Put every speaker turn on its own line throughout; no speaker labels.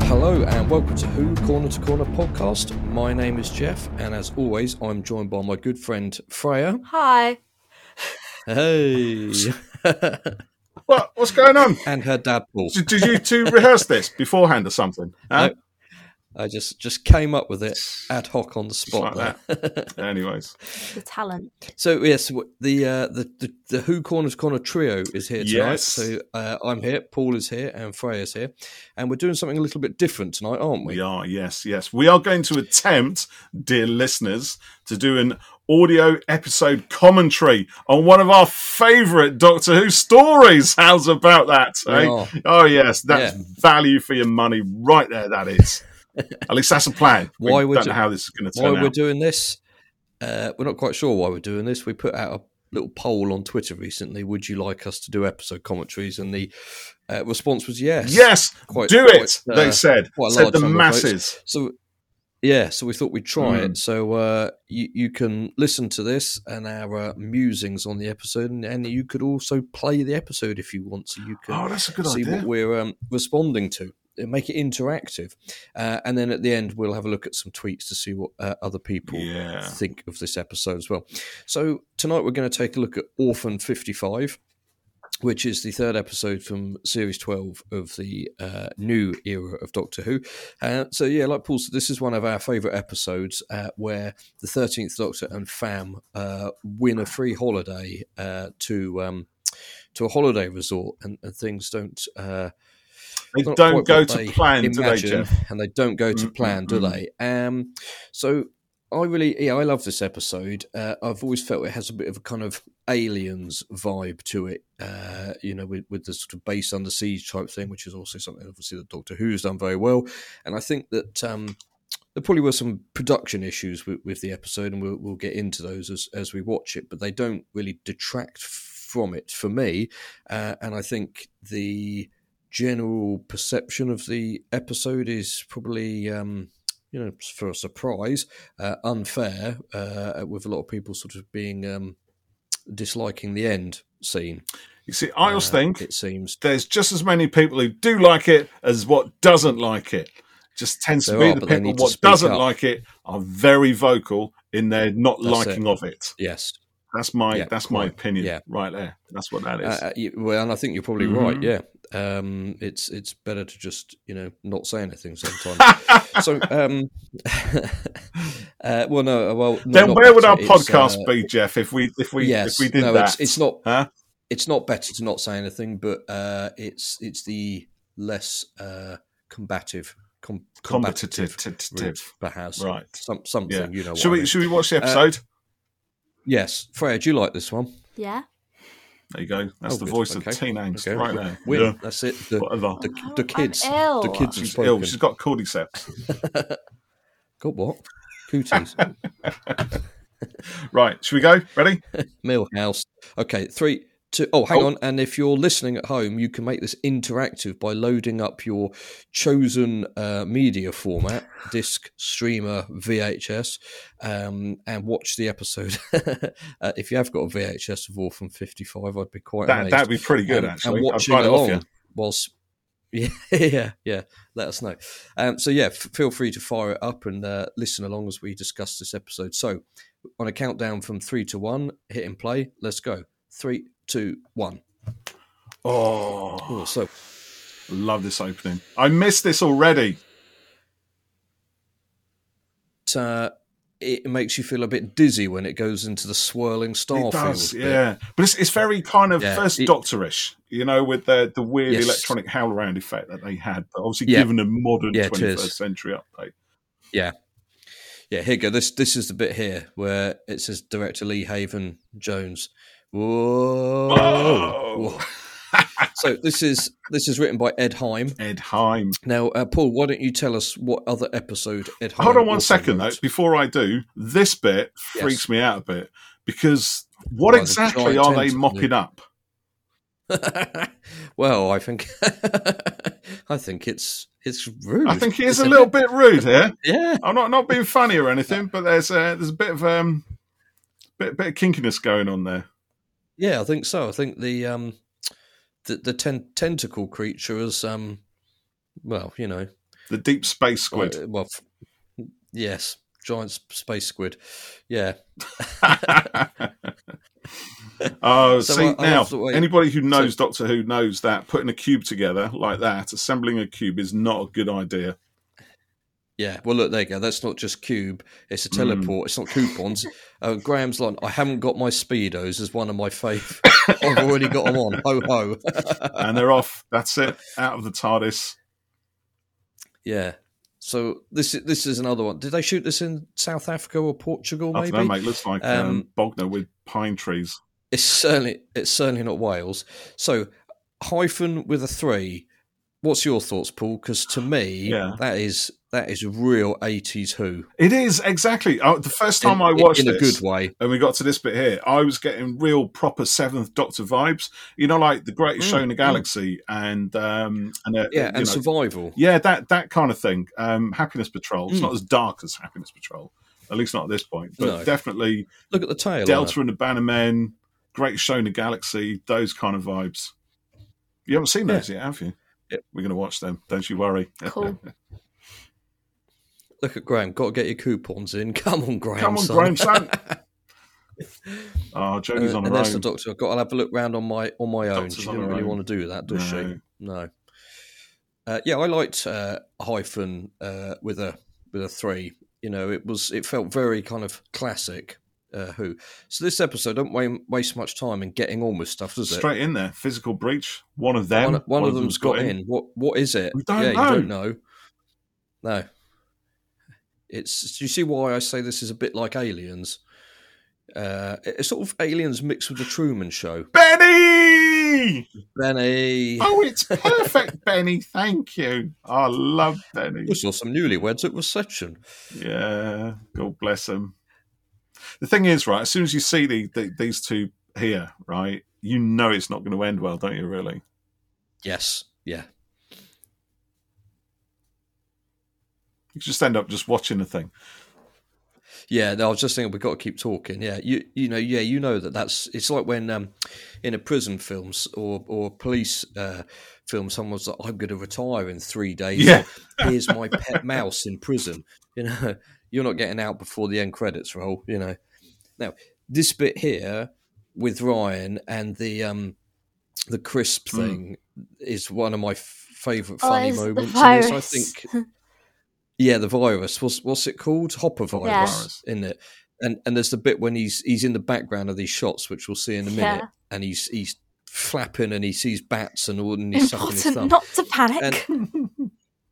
and welcome to Who Corner to Corner podcast. My name is Jeff, and as always, I'm joined by my good friend Freya.
Hi.
Hey,
What? What's going on?
and her dad Paul.
Did, did you two rehearse this beforehand or something? Huh?
I just just came up with it ad hoc on the spot.
Like
there.
Anyways,
The talent.
so yes, w- the, uh, the the the Who Corner to Corner trio is here tonight.
Yes.
So uh, I'm here, Paul is here, and Freya's here, and we're doing something a little bit different tonight, aren't we?
we are. Yes, yes. We are going to attempt, dear listeners, to do an audio episode commentary on one of our favourite Doctor Who stories. How's about that?
We
eh?
are.
Oh yes, that's
Yeah.
value for your money right there. That is. At least that's a plan.
Why
we
would
don't
you-
know how this is going to
why
turn
we're
out.
doing this. Uh, we're not quite sure why we're doing this. We put out a little poll on Twitter recently. Would you like us to do episode commentaries? And the uh, response was yes.
Yes,
Quite-
do
quite,
it.
uh,
they said.
quite a large
Said the
number of votes.
masses.
So yeah, so we thought we'd try
Mm.
it. So uh, you you can listen to this and our uh, musings on the episode, and, and you could also play the episode if you want. So you can
Oh, that's a good
see
idea.
what we're um, responding to. and Make it interactive, uh, and then at the end we'll have a look at some tweets to see what uh, other people
Yeah.
think of this episode as well. So tonight we're going to take a look at Orphan 55, which is the third episode from series 12 of the uh, new era of Doctor Who. Uh, so yeah, like Paul said, this is one of our favourite episodes uh, where the 13th Doctor and Fam uh, win a free holiday uh, to um, to a holiday resort, and, and things don't. Uh,
They
not
don't
quite
go
what
to
they
plan, do they,
imagine,
Jeff?
And they don't go to
Mm,
plan,
mm,
do
mm.
they? Um, so I really, yeah, I love this episode. Uh, I've always felt it has a bit of a kind of aliens vibe to it. Uh, you know, with, with the sort of base under siege type thing, which is also something obviously that Doctor Who's done very well. And I think that um, there probably were some production issues with, with the episode, and we'll, we'll get into those as, as we watch it. But they don't really detract from it for me. Uh, and I think the general perception of the episode is probably, um, you know, for a surprise, uh, unfair, uh, with a lot of people sort of being um, disliking the end scene.
You see, I always
uh,
think
it seems.
there's just as many people who do like it as what doesn't like it. Just tends to
There
be
are,
the
but they
people
need to
what
speak
doesn't
up.
like it are very vocal in their not
That's
liking of it.
Yes.
That's my
Yeah,
that's my
quite.
opinion
Yeah.
right there. That's what that is.
Uh, uh, you- well, and I think you're probably
Mm-hmm.
right. Yeah, um, it's it's better to just you know not say anything sometimes. so, um, uh, well, no, well, no,
then
not
where would
better.
our
It's,
podcast
uh,
be, Jeff? If we if we
yes,
if we did
no,
that,
it's, it's not.
Huh?
It's not better to not say anything, but uh, it's it's the less uh, combative, com-
competitive,
combative, route, perhaps
right?
some something.
Yeah.
You know,
Should
what I
we
mean. Uh,
should we watch the episode?
Yes, Freya, do you like this one?
Yeah.
there you go. That's
Oh,
the
good.
voice
Okay.
of teenage
Okay.
right there.
Win.
Yeah.
That's it. The,
Whatever.
the,
Oh,
the
I'm
kids,
ill.
the kids have
She's ill.
spoken.
She's got cordyceps.
Got what? Cooties.
Right. Should we go? Ready?
Millhouse. Okay, three, two. Oh, hang
Oh.
on. And if you're listening at home, you can make this interactive by loading up your chosen uh, media format disc, streamer, VHS, um, and watch the episode. uh, if you have got a VHS of Orphan 55, I'd be quite
That
amazed.
that'd be pretty good
and,
actually.
And
I'd
watching
write it off you.
along whilst. Yeah, yeah, yeah. Let us know. Um, so, yeah, f- feel free to fire it up and uh, listen along as we discuss this episode. So, on a countdown from three to one, hit and play. Let's go. Three, two, one.
Oh,
Oh, so
love this opening. I missed this already.
uh, it makes you feel a bit dizzy when it goes into the swirling starfield.
it does,
bit.
yeah. But it's, it's very kind of
Yeah,
first
it-
Doctorish, you know, with the the weird
Yes.
electronic howl around effect that they had, but obviously
Yeah.
given a modern
Yeah, it
21st
is.
century update.
Yeah, here you go. This this is the bit here where it says director Lee Haven Jones. Whoa.
Whoa.
Oh, Whoa. so this is this is written by Ed Heim.
Ed Heim.
Now, uh, Paul, why don't you tell us what other episode Ed Heim?
Hold on one
also
second, though.
wrote?
Before I do, this bit
Yes.
freaks me out a bit because what
Why, the
exactly
giant
are they
tentacle.
mopping up?
well, I think I think it's it's rude.
I think he is a
isn't
little
it?
bit rude here.
Yeah,
I'm not not being funny or anything, but there's a, there's a bit of um bit bit of kinkiness going on there.
yeah, I think so. I think the um the the ten- tentacle creature is um well, you know,
The deep space squid.
Uh, well, f- yes, giant s- space squid. Yeah,
Oh,
So
see
I'll- I'll
now,
have to wait.
anybody who knows Doctor Who knows that putting a cube together like that, assembling a cube, is not a good idea.
yeah. Well, look, there you go. That's not just cube. It's a
Mm.
teleport. It's not coupons. uh, Graham's line. I haven't got my speedos. Is one of my fave. I've already got them on. Ho ho.
and they're off. That's it. Out of the TARDIS.
Yeah. So this is this is another one. Did they shoot this in South Africa or Portugal?
I
Maybe
don't know, mate. Looks like um,
Um,
Bognor with pine trees.
it's certainly it's certainly not Wales. So hyphen with a three. What's your thoughts, Paul? Because to me,
Yeah.
that is that is real eighties Who.
It is exactly. Oh, the first time
in,
I watched
in, in a
this,
good way.
and we got to this bit here, I was getting real proper Seventh Doctor vibes. You know, like the Greatest
Mm,
Show in the
mm.
Galaxy, and um, and uh,
Yeah,
you
and
know,
survival.
yeah, that that kind of thing. Um, Happiness Patrol. It's
Mm.
not as dark as Happiness Patrol, at least not at this point. But
No.
definitely
Look at the tail. on
Delta and the Bannermen, Greatest Show in the Galaxy, those kind of vibes. You haven't seen those yet, have you?
Yep.
We're going to watch them. Don't you worry.
Cool.
it. Look at Graham. Got to get your coupons in. Come on, Graham.
Come on,
son.
Graham. Son. oh, Jodie's
Uh, and
on her
that's the
own.
doctor. I've got. I'll have a look round on my on my own.
Doctor's
she
on
didn't
her
really
own.
want to do that, does
No.
she? No. Uh, yeah, I liked uh, hyphen uh, with a with a three. You know, it was it felt very kind of classic. Uh, who? So this episode don't wa- waste much time in getting on with stuff, does it?
Straight in there. Physical breach. One of them.
one, one of them's got in. What what is it?
We don't
yeah,
know.
you don't know. No. It's do you see why I say this is a bit like aliens? Uh, it- it's sort of aliens mixed with the Truman Show.
Benny!
Benny,
Oh, it's perfect, Benny. Thank you. I love Benny.
we saw some newlyweds at reception.
Yeah, God bless them. The thing is, right, as soon as you see the, the, these two here, right, you know it's not going to end well, don't you, really?
Yes, yeah,
You just end up just watching the thing.
yeah. No, I was just thinking we've got to keep talking. Yeah, you you know, yeah, you know that that's it's like when um, in a prison films or or police uh, film, someone's like, I'm going to retire in three days.
Yeah.
here's my pet mouse in prison. You know, you're not getting out before the end credits roll. You know, now this bit here with Ryan and the um the crisp
Hmm.
thing is one of my f- favorite
Oh,
funny
it's the
moments. in this. I
virus.
think, yeah, the virus. What's what's it called? Hopper
Yeah.
virus, in it. And and there's the bit when he's he's in the background of these shots, which we'll see in a minute,
Yeah.
and he's he's flapping and he sees bats and all, and he's sucking his
Important
thumb.
not to panic.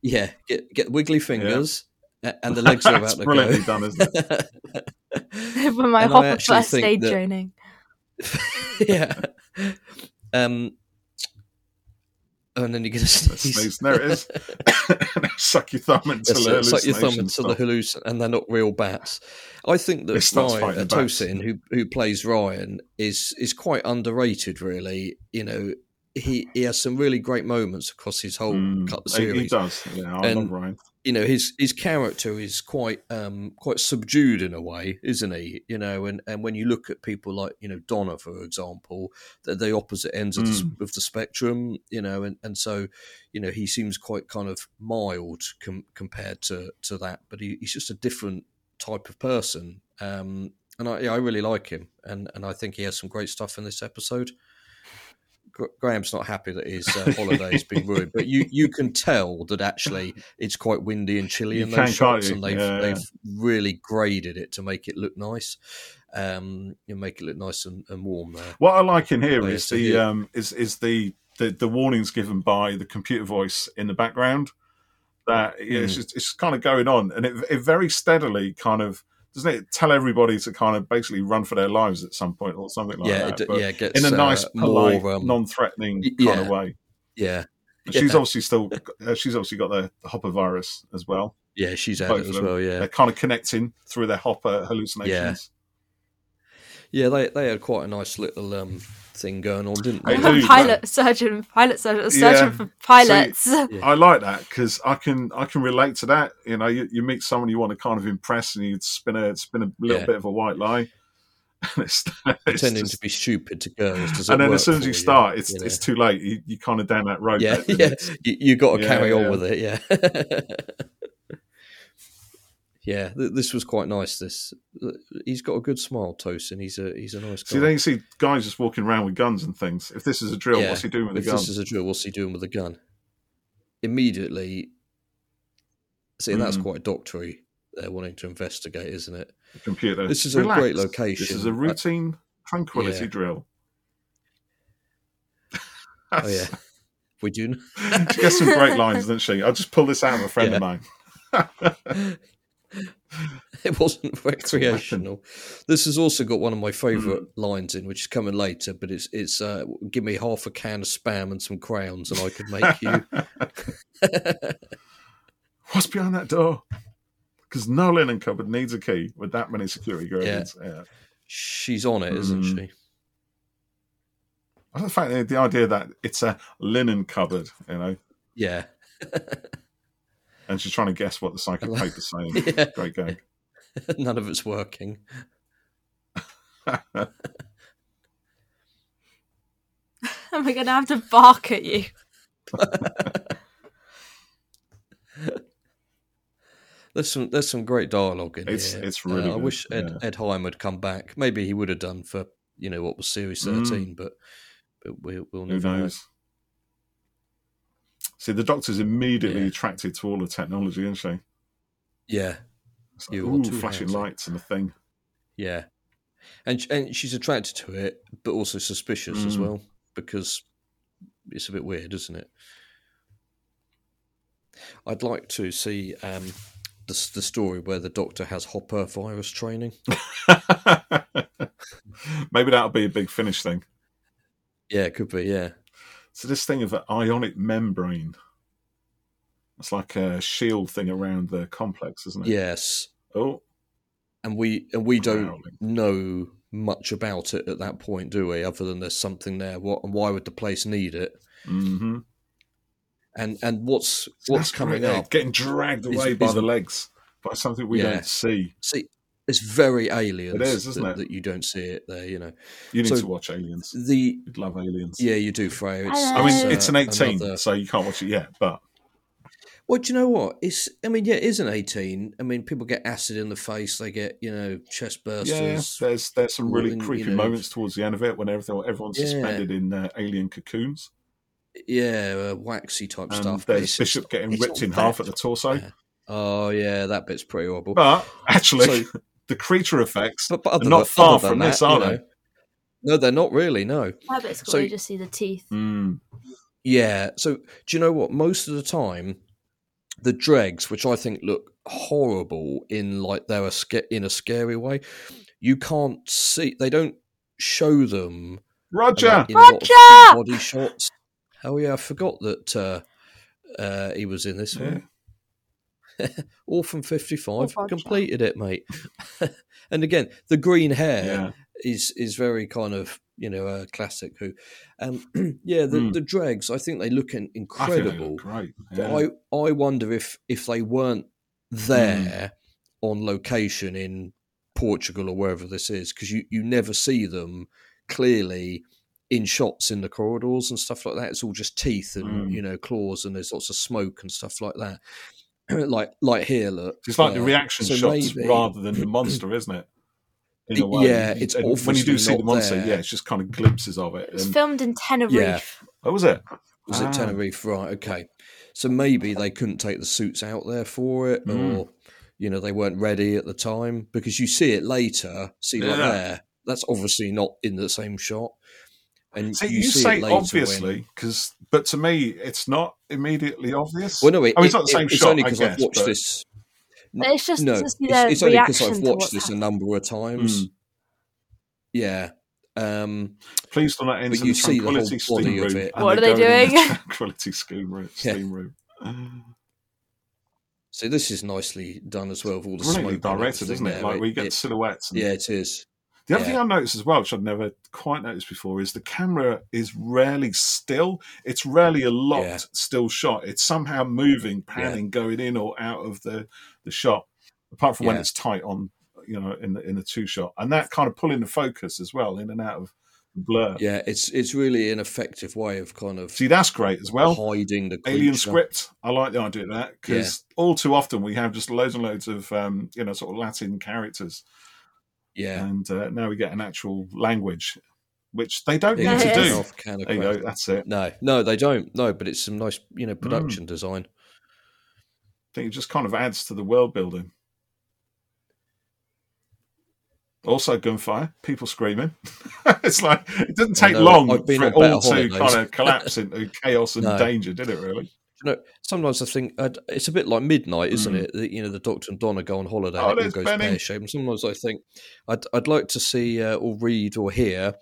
Yeah, get get wiggly fingers, a- and the legs are
That's
about to
brilliantly
go.
done, isn't it?
For my
And I
whole
actually
first
think
aid
that-
training.
yeah. Um, and then you're gonna
Let's
sneeze.
sneeze. There it is. Suck your thumb
Yeah,
until
so
the
it's like your thumb
hallucinations
into the hallucin,
stop.
and they're not real bats. I think that
It starts
Ryan
fighting the bats.
Atosin, who who plays Ryan, is is quite underrated. Really, you know, he he has some really great moments across his whole
Mm,
cut
he,
series.
he does. Yeah, I love
And-
Ryan.
you know his his character is quite um quite subdued in a way isn't he you know and and when you look at people like you know donna for example they're the opposite ends of, the, of the spectrum you know and and so you know he seems quite kind of mild com- compared to to that but he, he's just a different type of person um and i yeah, i really like him and and i think he has some great stuff in this episode Gr- Graham's not happy that his uh, holiday has been ruined, but you, you can tell that actually it's quite windy and chilly
You
in those
can, can't
shots,
you?
and they've
Yeah,
they've really graded it to make it look nice, um, you know, make it look nice and, and warm there.
What I like in here
Oh,
is
yes, I
the
did.
um, is is the, the the warnings given by the computer voice in the background. That yeah, it's,
Mm.
just, it's kind of going on, and it, it very steadily kind of doesn't it tell everybody to kind of basically run for their lives at some point or something like
yeah,
that.
it,
but
yeah, it gets
in a nice,
uh,
polite,
more, um,
non-threatening
y-
kind of
yeah.
way.
yeah,
But She's
Yeah.
obviously still uh, she's obviously got the hopper virus as well.
yeah, she's at
Both
it
of
as
them.
well. Yeah,
They're kind of connecting through their hopper hallucinations.
yeah, they they had quite a nice little um, thing going on, didn't
They
they?
I'm
do,
a
but-
pilot surgeon, pilot surgeon, a
Yeah.
surgeon for pilots.
Yeah.
I like that because I can I can relate to that. You know, you, you meet someone you want to kind of impress, and you spin a spin a little
Yeah.
bit of a white lie, It's- it's
pretending
just-
to be stupid to girls. Doesn't
and then
work
as soon as
for
you start, it's
you know.
it's too late. You you kind of down that road.
yeah,
don't you?
yeah. You, you got to
Yeah,
carry
yeah.
on with it. Yeah. yeah. Th- this was quite nice. This he's got a good smile, Tosin. He's a he's a nice guy.
See, then you see guys just walking around with guns and things. If this is a drill,
Yeah.
what's he doing with a
if
gun?
this is a drill, what's he doing with a gun? Immediately. See, that's
Mm.
quite doctory. They're wanting to investigate, isn't it?
Computer.
This is a
Relax.
great location.
This is a routine tranquility
Yeah.
drill.
Oh yeah. We do.
she gets some great lines, doesn't she? I'll just pull this out of a friend
Yeah.
of mine.
it wasn't recreational. This has also got one of my favourite
Mm.
lines in, which is coming later. But it's it's uh, give me half a can of spam and some crayons, and I could make you.
What's behind that door? Because no linen cupboard needs a key with that many security guards. Yeah.
She's on it, isn't
Mm.
she?
I love the fact that the idea that it's a linen cupboard, you know,
Yeah,
and she's trying to guess what the psychic
I love-
paper's saying.
yeah.
Great gag.
None of it's working.
Am I going to have to bark at you?
There's some there's some great dialogue in
It's-
here. Uh,
it's really
I
good,
wish Ed,
yeah.
Ed Heim had come back. Maybe he would have done for you know what was series
Mm.
thirteen, but but we, we'll
Who
never know.
knows? See, the doctor's immediately
Yeah.
attracted to all the technology, isn't she?
Yeah,
It's like,
You
ooh,
want two
flashing
hands, eh?
lights and a thing.
Yeah, and sh- and she's attracted to it, but also suspicious as
Mm.
well because it's a bit weird, isn't it? I'd like to see um, the s- the story where the Doctor has Hopper virus training.
Maybe that'll be a big finish thing.
Yeah, it could be. Yeah,
So this thing of an ionic membrane. It's like a shield thing around the complex, isn't it?
yes,
Oh,
and we and we don't
Crowley.
know much about it at that point, do we? Other than there's something there. What and why would the place need it?
mm-hmm.
And and what's
So
what's
that's
coming
great, eh?
up?
Getting dragged
is-
away by
is-
the legs by something we
Yeah.
don't see.
See, it's very aliens.
It is, isn't
that,
it?
that you don't see it there. You know.
You need
So-
to watch Aliens.
the
You'd love Aliens.
yeah you do Freya. It's,
I
I mean,
Uh,
it's an 18,
another-
so you can't watch it yet, but
Well, do you know what? It's I mean, yeah, it is an eighteen. I mean, people get acid in the face. They get you know chest
yeah,
bursters.
there's there's some really
Well, you
creepy
know-
moments towards the end of it when everything everyone's
Yeah.
suspended in uh, alien cocoons
Yeah, uh, waxy type
and
stuff. but
there's
it's-
Bishop getting
it's
ripped
not
in half
that-
at the torso.
Yeah. Oh yeah, that bit's pretty horrible.
But actually,
So-
the creature effects
but, but other
not
than-
far
other than
from
that,
this, are
you know-
they?
No, they're not really. No.
That bit's cool.
So-
you just see the teeth.
Mm,
Yeah. So do you know what? Most of the time, the dregs, which I think look horrible in like they're a sca- in a scary way, you can't see. They don't show them. and,
Roger,
like, in a lot of
Roger!
body shots. Oh yeah, I forgot that uh, uh, he was in this
Yeah.
one. Orphan fifty five
Oh, Roger.
completed it, mate. and again, the green hair
yeah,
is is very kind of you know a classic who um yeah the,
Mm.
the dregs i think they look in,
I think they
incredible
look great.
but
yeah. Hmm.
i i wonder if if they weren't there on location in portugal or wherever this is because you you never see them clearly in shots in the corridors and stuff like that it's all just teeth and
Mm.
you know claws and there's lots of smoke and stuff like that like like here look
It's like the
uh,
reaction
so
shots
maybe-
rather than the monster, isn't it? In a way,
Yeah, it's
And when you do
obviously
see the
not
monster,
there.
yeah, it's just kind of glimpses of it.
It was
um,
And,
filmed in Tenerife.
Yeah.
oh, was it?
Was
Ah.
it Tenerife? Right. Okay. So maybe they couldn't take the suits out there for it,
Mm.
or you know they weren't ready at the time because you see it later. See, like
Yeah.
there, that's obviously not in the same shot. And
See,
you,
you,
see
say
it later when-
obviously, because but to me, it's not immediately obvious.
well, no, it,
I mean, Oh, it's
it-
not the same
it- it's
shot,
only
I
because I've
guess,
watched
but-
this.
But it's just
No,
to
it's,
see their
it's only because
reaction
I've
to what's
watched this a
happened.
number of times.
Mm.
Yeah. Um,
Please do not enter
you
the
see the whole
tranquility
body
steam
of
room.
it.
and
What
they
are they
go in the
doing?
tranquility steam room.
Yeah.
Steam room.
so this is nicely done as well with all the
Brilliantly
smoke and
directed,
everything
isn't it?
there.
Like we get silhouettes. And,
yeah, it is.
The other
yeah.
thing I noticed as well, which I'd never quite noticed before, is the camera is rarely still. It's rarely a locked
Yeah.
still shot. It's somehow moving, panning, going in or out of the the shot. Apart from when
Yeah.
it's tight on, you know, in the in the two shot, and that kind of pulling the focus as well, in and out of blur.
Yeah, it's it's really an effective way of kind of
See, that's great as well.
hiding the
alien
creature.
script. I like the idea of that because all too often we have just loads and loads of um, you know sort of Latin characters,
Yeah,
and uh, now we get an actual language, which they don't
Yeah,
need
it
to
it's an
do.
is.
off-can of
There you
crap.
go. Hmm. That's it.
No, no, they don't. No, but it's some nice, you know, production design.
I think it just kind of adds to the world building. Also, gunfire, people screaming. it's like it didn't
I
take
know,
long
I've been
for
on
it
better
all to
holidays.
kind of collapse into chaos and
No.
danger, did it? Really?
You know, sometimes I think uh, it's a bit like midnight, isn't
Mm.
it? That, You know, the Doctor and Donna go on holiday, and it
Oh,
all
there's
goes
Benny.
pear shaped. And sometimes I think I'd I'd like to see uh, or read or hear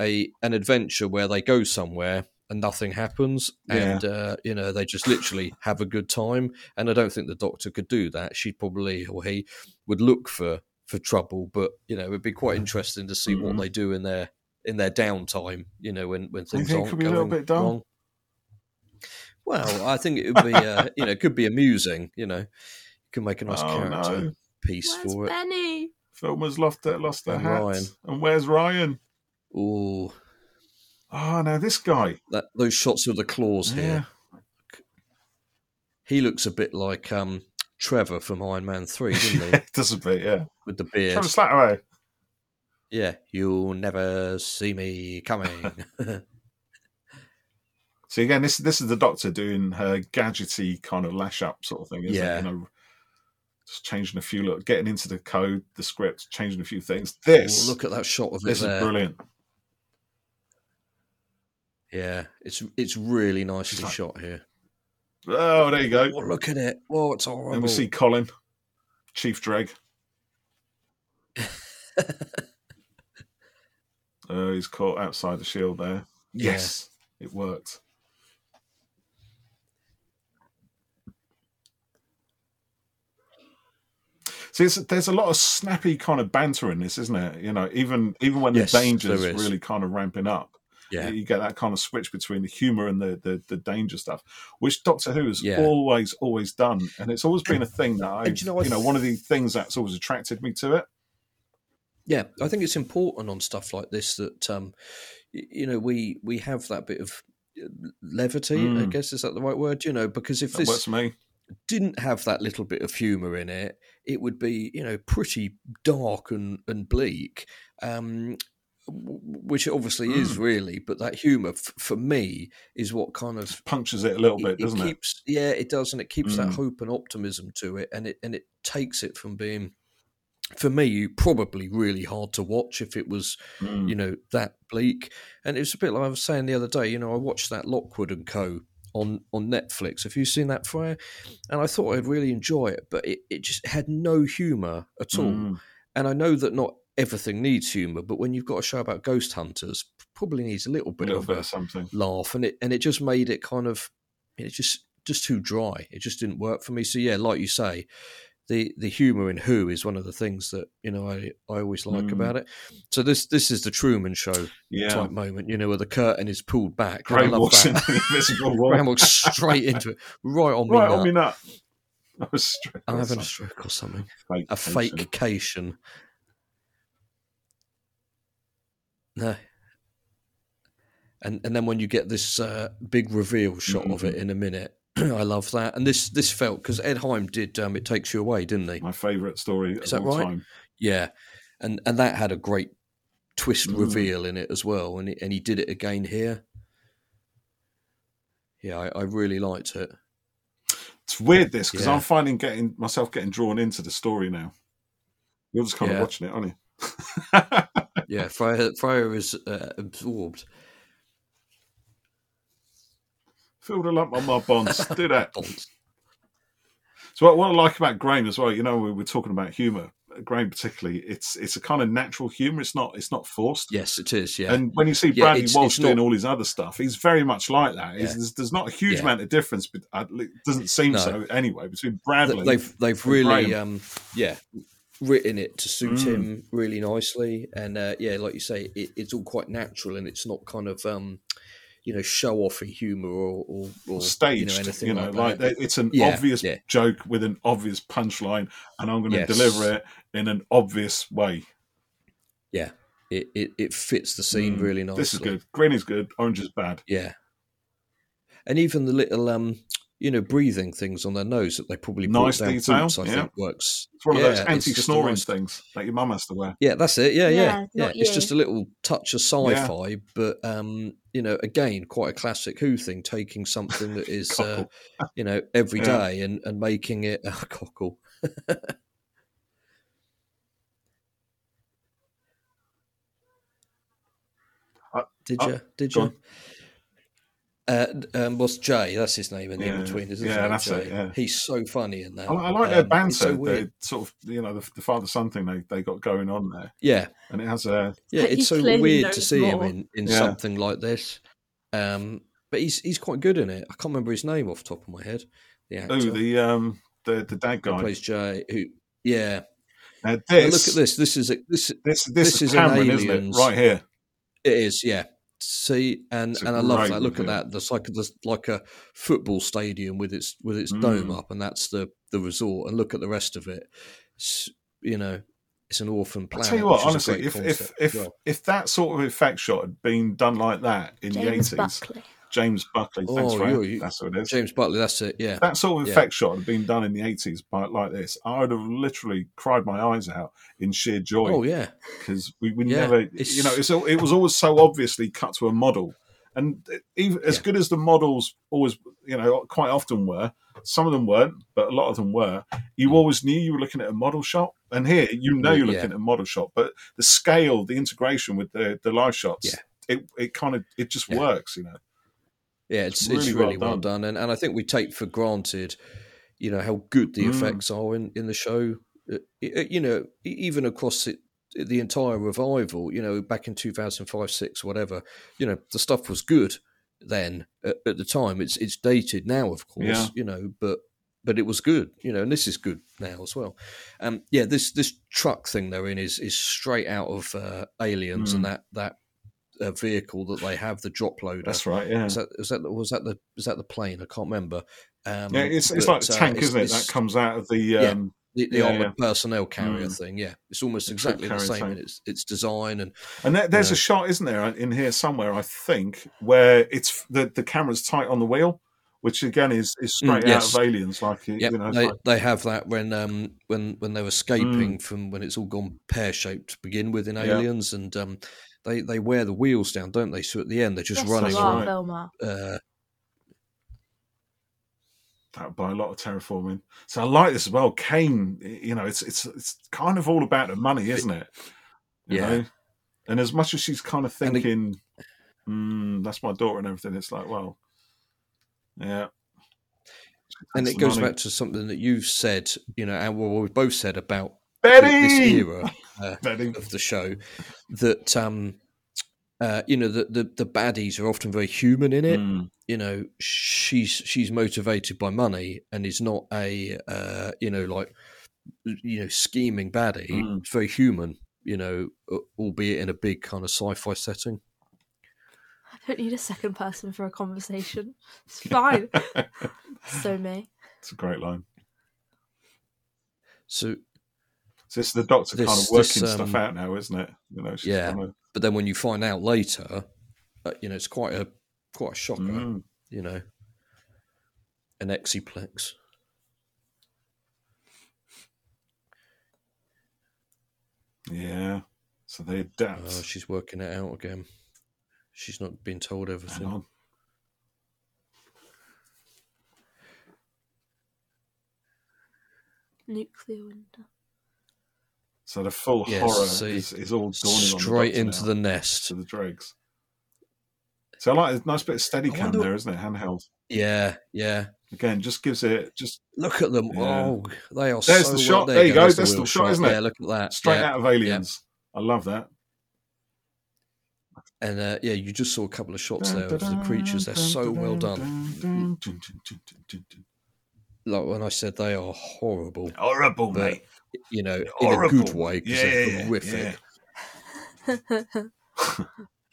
a an adventure where they go somewhere and nothing happens,
Yeah.
and uh, you know they just literally have a good time. And I don't think the Doctor could do that. She probably or he would look for for trouble, but you know it'd be
Mm.
quite interesting to see what
Mhm.
they do in their in their downtime. You know, when when
think
things
it
aren't
could be a
going
little bit dull?
wrong. Well, I think it would be, uh, you know, it could be amusing. You know, you can make a nice
Oh,
character
no.
piece
Where's
for it.
Benny?
Filmers lost their, lost their
And
hats.
Ryan.
And where's Ryan?
Oh,
Oh, now this guy.
that those shots of the claws
Yeah.
here. He looks a bit like um, Trevor from Iron Man Three, doesn't he?
it does a bit, yeah.
With the beard.
Trevor Slatteray.
Yeah, you'll never see me coming.
So again, this this is the Doctor doing her gadgety kind of lash up sort of thing, isn't
Yeah.
it? You know, just changing a few look, getting into the code, the script, changing a few things. This,
Oh, look at that shot of it
this
there.
is brilliant.
Yeah, it's it's really nicely
like-
shot here.
Oh, there you go.
Oh, look at it. Oh, it's horrible.
And we see Colin, Chief Dreg. Oh, he's caught outside the shield there.
Yeah.
Yes, it worked. See, it's, there's a lot of snappy kind of banter in this, isn't it? You know, even even when
Yes,
the danger's
there is.
really kind of ramping up,
Yeah.
you get that kind of switch between the humor and the the, the danger stuff, which Doctor Who has
Yeah.
always always done, and it's always been a thing that I,
and do
you
you know,
know,
I
one of the things that's always attracted me to it.
Yeah, I think it's important on stuff like this that um, y- you know we we have that bit of uh, levity. I
Mm.
guess is that the right word? You know, because if
That
this
works for me.
didn't have that little bit of humour in it, it would be you know pretty dark and and bleak, um, w- which it obviously
Mm.
is really. But that humour f- for me is what kind of
Punctures it a little
it-
bit,
it,
doesn't it?
keeps yeah it does and it keeps that
Mm.
hope and optimism to it and it and it takes it from being for me probably really hard to watch if it was
Mm.
you know that bleak and it's a bit like i was saying the other day you know i watched that lockwood and co on on netflix have you seen that Freya? and i thought i'd really enjoy it but it, it just had no humor at all
Mm.
and i know that not everything needs humor but when you've got a show about ghost hunters probably needs a little
A
bit
little
of
bit
a-
of something.
laugh and it and it just made it kind of it just just too dry it just didn't work for me so yeah like you say the the humor in who is one of the things that you know i i always like
Mm.
about it so this this is the truman show
Yeah.
type moment you know where the curtain is pulled back and
Graham
i love
walks into
that
the invisible
Graham
wall.
walks straight into it right on me
Right
nut.
on me nut. I was straight.
i'm having a
that's
stroke or something
fake
a
tension.
fake cation no and and then when you get this uh, big reveal shot of it in a minute, I love that. And this this felt because Ed Heim did um, it takes you away, didn't he?
My favourite story
Is
of
that
all
right?
time.
Yeah, and and that had a great twist
Mm.
reveal in it as well, and he, and he did it again here. Yeah, I, I really liked it.
It's weird this because
Yeah.
I'm finding getting myself getting drawn into the story now. You're just kind
Yeah.
of watching it, aren't you?
Yeah, Freya, Freya is uh, absorbed.
Filled a lump on my bonds. Do that.
Bonds.
So what, what I like about Graham as well, you know, we were talking about humour. Graham particularly, it's it's a kind of natural humour. It's not it's not forced.
Yes, it is. Yeah,
And when you see
Yeah,
Bradley
it's-
Walsh
it's
doing
not-
all his other stuff, he's very much like that. He's-
Yeah.
There's, there's not a huge
Yeah.
amount of difference, but at le- it doesn't seem
No.
so anyway. Between
Th-
Bradley,
they've they've
and
really
Graham.
um yeah written it to suit
Mm.
him really nicely and uh, yeah like you say it, it's all quite natural and it's not kind of um you know show offy humor or or, or
staged,
you know, anything like,
like,
that.
they- it's an
Yeah,
obvious
yeah.
joke with an obvious punchline, and I'm going to
Yes.
deliver it in an obvious way.
Yeah, it, it it fits the scene
Mm,
really nicely.
This is good. Green is good. Orange is bad.
Yeah, and even the little um you know breathing things on their nose that they probably brought
Nice
down
detail,
boots, I
yeah.
think works.
It's one of
Yeah,
those
it's just a
anti-snoring
nice-
things that your mum has to wear.
Yeah, that's it. Yeah, yeah,
Yeah,
yeah.
not
It's
you.
just a little touch of sci-fi, but um, you know, again, quite a classic Who thing, taking something that is, uh,
Cockle.
you know, every day
Yeah.
and and making it a cockle.
Uh,
Did
uh,
you? Did
go
you? Uh, um, was Jay? That's his name in the
Yeah,
in-between, isn't
yeah,
it?
that's
Jay?
it, yeah.
He's so funny in that.
I, I like their
Um,
banter.
it's so weird.
the sort of you know the, the father-son thing they they got going on there,
yeah,
and it has a
Yeah,
But he
it's so
clearly
weird to
knows
see
more.
him in, in
Yeah.
something like this. Um, but he's he's quite good in it. I can't remember his name off the top of my head. The actor
oh the um the the dad
who
guy.
plays Jay. Who, yeah,
Now
But
this,
look at this. This is a, this.
This, this,
This
is
is an
Cameron, isn't it?
Aliens.
Right here.
It is. Yeah. See, and
It's a
and I love
great
that. Look at
movie.
that. That's like there's like a football stadium with its with its dome
Mm.
up, and that's the the resort. And look at the rest of it. It's, you know, it's an orphan
I
planet.
tell you what,
which is a
honestly,
great
if if
concept as
if,
well.
if that sort of effect shot had been done like that in
James
the eighties,
Buckley.
James Buckley, thanks
Oh,
for
you're- you-
that's what it is.
James Butler, that's it. Yeah.
If that sort of
Yeah.
effect shot had been done in the eighties, by like this, I would have literally cried my eyes out in sheer
Oh
joy
yeah.
because we, we
Yeah,
never,
it's-
you know, it's, al- it was always so obviously cut to a model, and it- even as
Yeah.
good as the models always, you know, quite often were. Some of them weren't, but a lot of them were. You always knew you were looking at a model shot, and here you know you're
Mm. Yeah.
looking at a model shot. But the scale, the integration with the the live shots,
Yeah.
it it kind of it just
Yeah.
works, you know.
Yeah, it's, it's really, well, done. And, and I think we take for granted, you know, how good the
Mm.
effects are in, in the show. Uh, y- You know, e- even across it, the entire revival, you know, back in 2005, 6, whatever, you know, the stuff was good then at, at the time. It's it's dated now, of course,
Yeah.
you know, but but it was good, you know, and this is good now as well. Um, yeah, this this truck thing they're in is is straight out of uh, Aliens and that that uh, vehicle that they have, the drop loader.
That's right, yeah.
Is that was that was that the was that the plane? I can't remember. Um,
Yeah, it's, it's
but,
like the
uh,
tank,
it's-
isn't it?
it's
That comes out of the
Yeah.
um,
the, the
yeah,
armored personnel carrier
Mm.
thing. Yeah, it's almost
The troop
exactly the
carrier
same
tank.
in its its design and
and there, there's
Yeah.
a shot, isn't there, in here somewhere? I think where it's the the camera's tight on the wheel, which again is is
Mm,
straight
yes.
out of Aliens, like you,
yeah,
you know. it's
they,
like- Mm.
they have that when um when when they're escaping from when it's all gone pear shaped to begin with in
Yeah.
Aliens and um they they wear the wheels down, don't they? So at the end they're just
yes,
running.
you
That's
are,
right.
Velma.
Uh,
that by a lot of terraforming. So I like this as well. Kane, you know, it's it's it's kind of all about the money, isn't it? You
Yeah.
know? And as much as she's kind of
And it-
thinking, mm, "That's my daughter" and everything, it's like, well, yeah.
and
Takes
it
the
goes
money.
back to something that you've said, you know, and well, we've both said about this
Betty.
era.
Betty.
of the show that um uh, you know the, the the baddies are often very human in it.
Mm.
You know she's she's motivated by money and is not a uh, you know like you know scheming baddie.
Mm.
It's very human. You know, a- albeit in a big kind of sci-fi setting.
I don't need a second person for a conversation. It's fine. so me.
It's a great line.
So,
So this is the doctor kind
This-
of working
this,
stuff
um,
out now, isn't it? You know, she's
yeah.
kind of-
but then when you find out later, uh, you know it's quite a quite a shocker.
Mm.
You know, an exiplex.
yeah. So they adapt.
Oh, she's working it out again. She's not been told
Hang
everything.
on.
Nuclear window.
So the full
Yes,
horror
so
is, is all dawning on the
straight
doctor
into
now.
the nest.
to the dregs. So I like a nice bit of steady
I
cam
wonder-
there, isn't it? Handheld.
Yeah, yeah.
Again, just gives it just
Look at them.
Yeah.
Oh, they are.
There's
so
the
well-
shot. There you go.
there's
That's the
wheel
shot, isn't it?
Yeah, look at that.
straight
Uh, yeah.
out of aliens. I love that.
And uh, yeah, you just saw a couple of shots there of the creatures. They're so well done. Like when I said they are horrible,
Horrible,
But
mate.
you know,
Horrible.
in a good way because
Yeah,
they're
yeah,
horrific.
I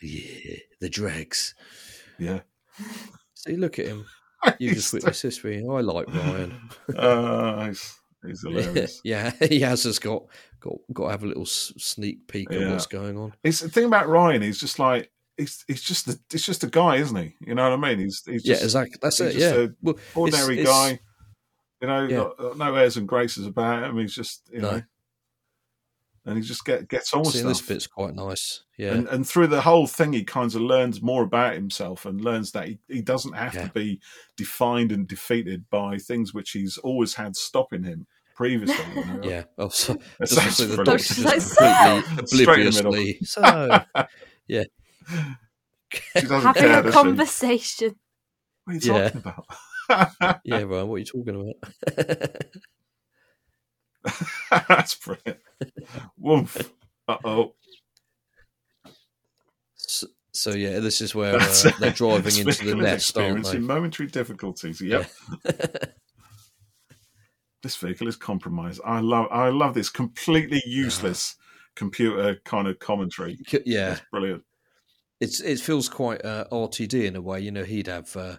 Yeah. the dregs.
Yeah.
See, look at him. You just witnessed this me. I like Ryan.
Uh, he's, he's hilarious.
yeah, he has just got got got to have a little s- sneak peek at
Yeah.
what's going on.
It's the thing about Ryan. He's just like he's he's just a, it's just a guy, isn't he? You know what I mean? He's he's
yeah,
just
exactly. That's
he's
it.
just
Yeah.
a
Well,
ordinary
it's-
guy. You know,
Yeah.
got- got no airs and graces about him. He's just you
No.
know, and he just get gets on with
seeing
stuff.
this bit's quite nice. Yeah.
and, and through the whole thing, he kind of learns more about himself and learns that he, he doesn't have
Yeah.
to be defined and defeated by things which he's always had stopping him previously. you know?
yeah. Oh, so,
That
just
sounds
so the
brilliant.
doctor
Like,
just
sir!
completely
Straight in the middle. uh,
obliviously. So
She doesn't
Having
care,
a
does she?
conversation.
What are you
Yeah.
talking about?
yeah, Ryan, what are you talking about?
That's brilliant. Woof. Uh oh.
so, so yeah, this is where
That's
uh, they're driving
Speaking
into the
of
nest, aren't they?
Experiencing momentary difficulties. Yep. this vehicle is compromised. I love. I love this completely useless computer kind of commentary.
C- Yeah,
That's brilliant.
it's it feels quite uh, RTD in a way. You know, he'd have uh,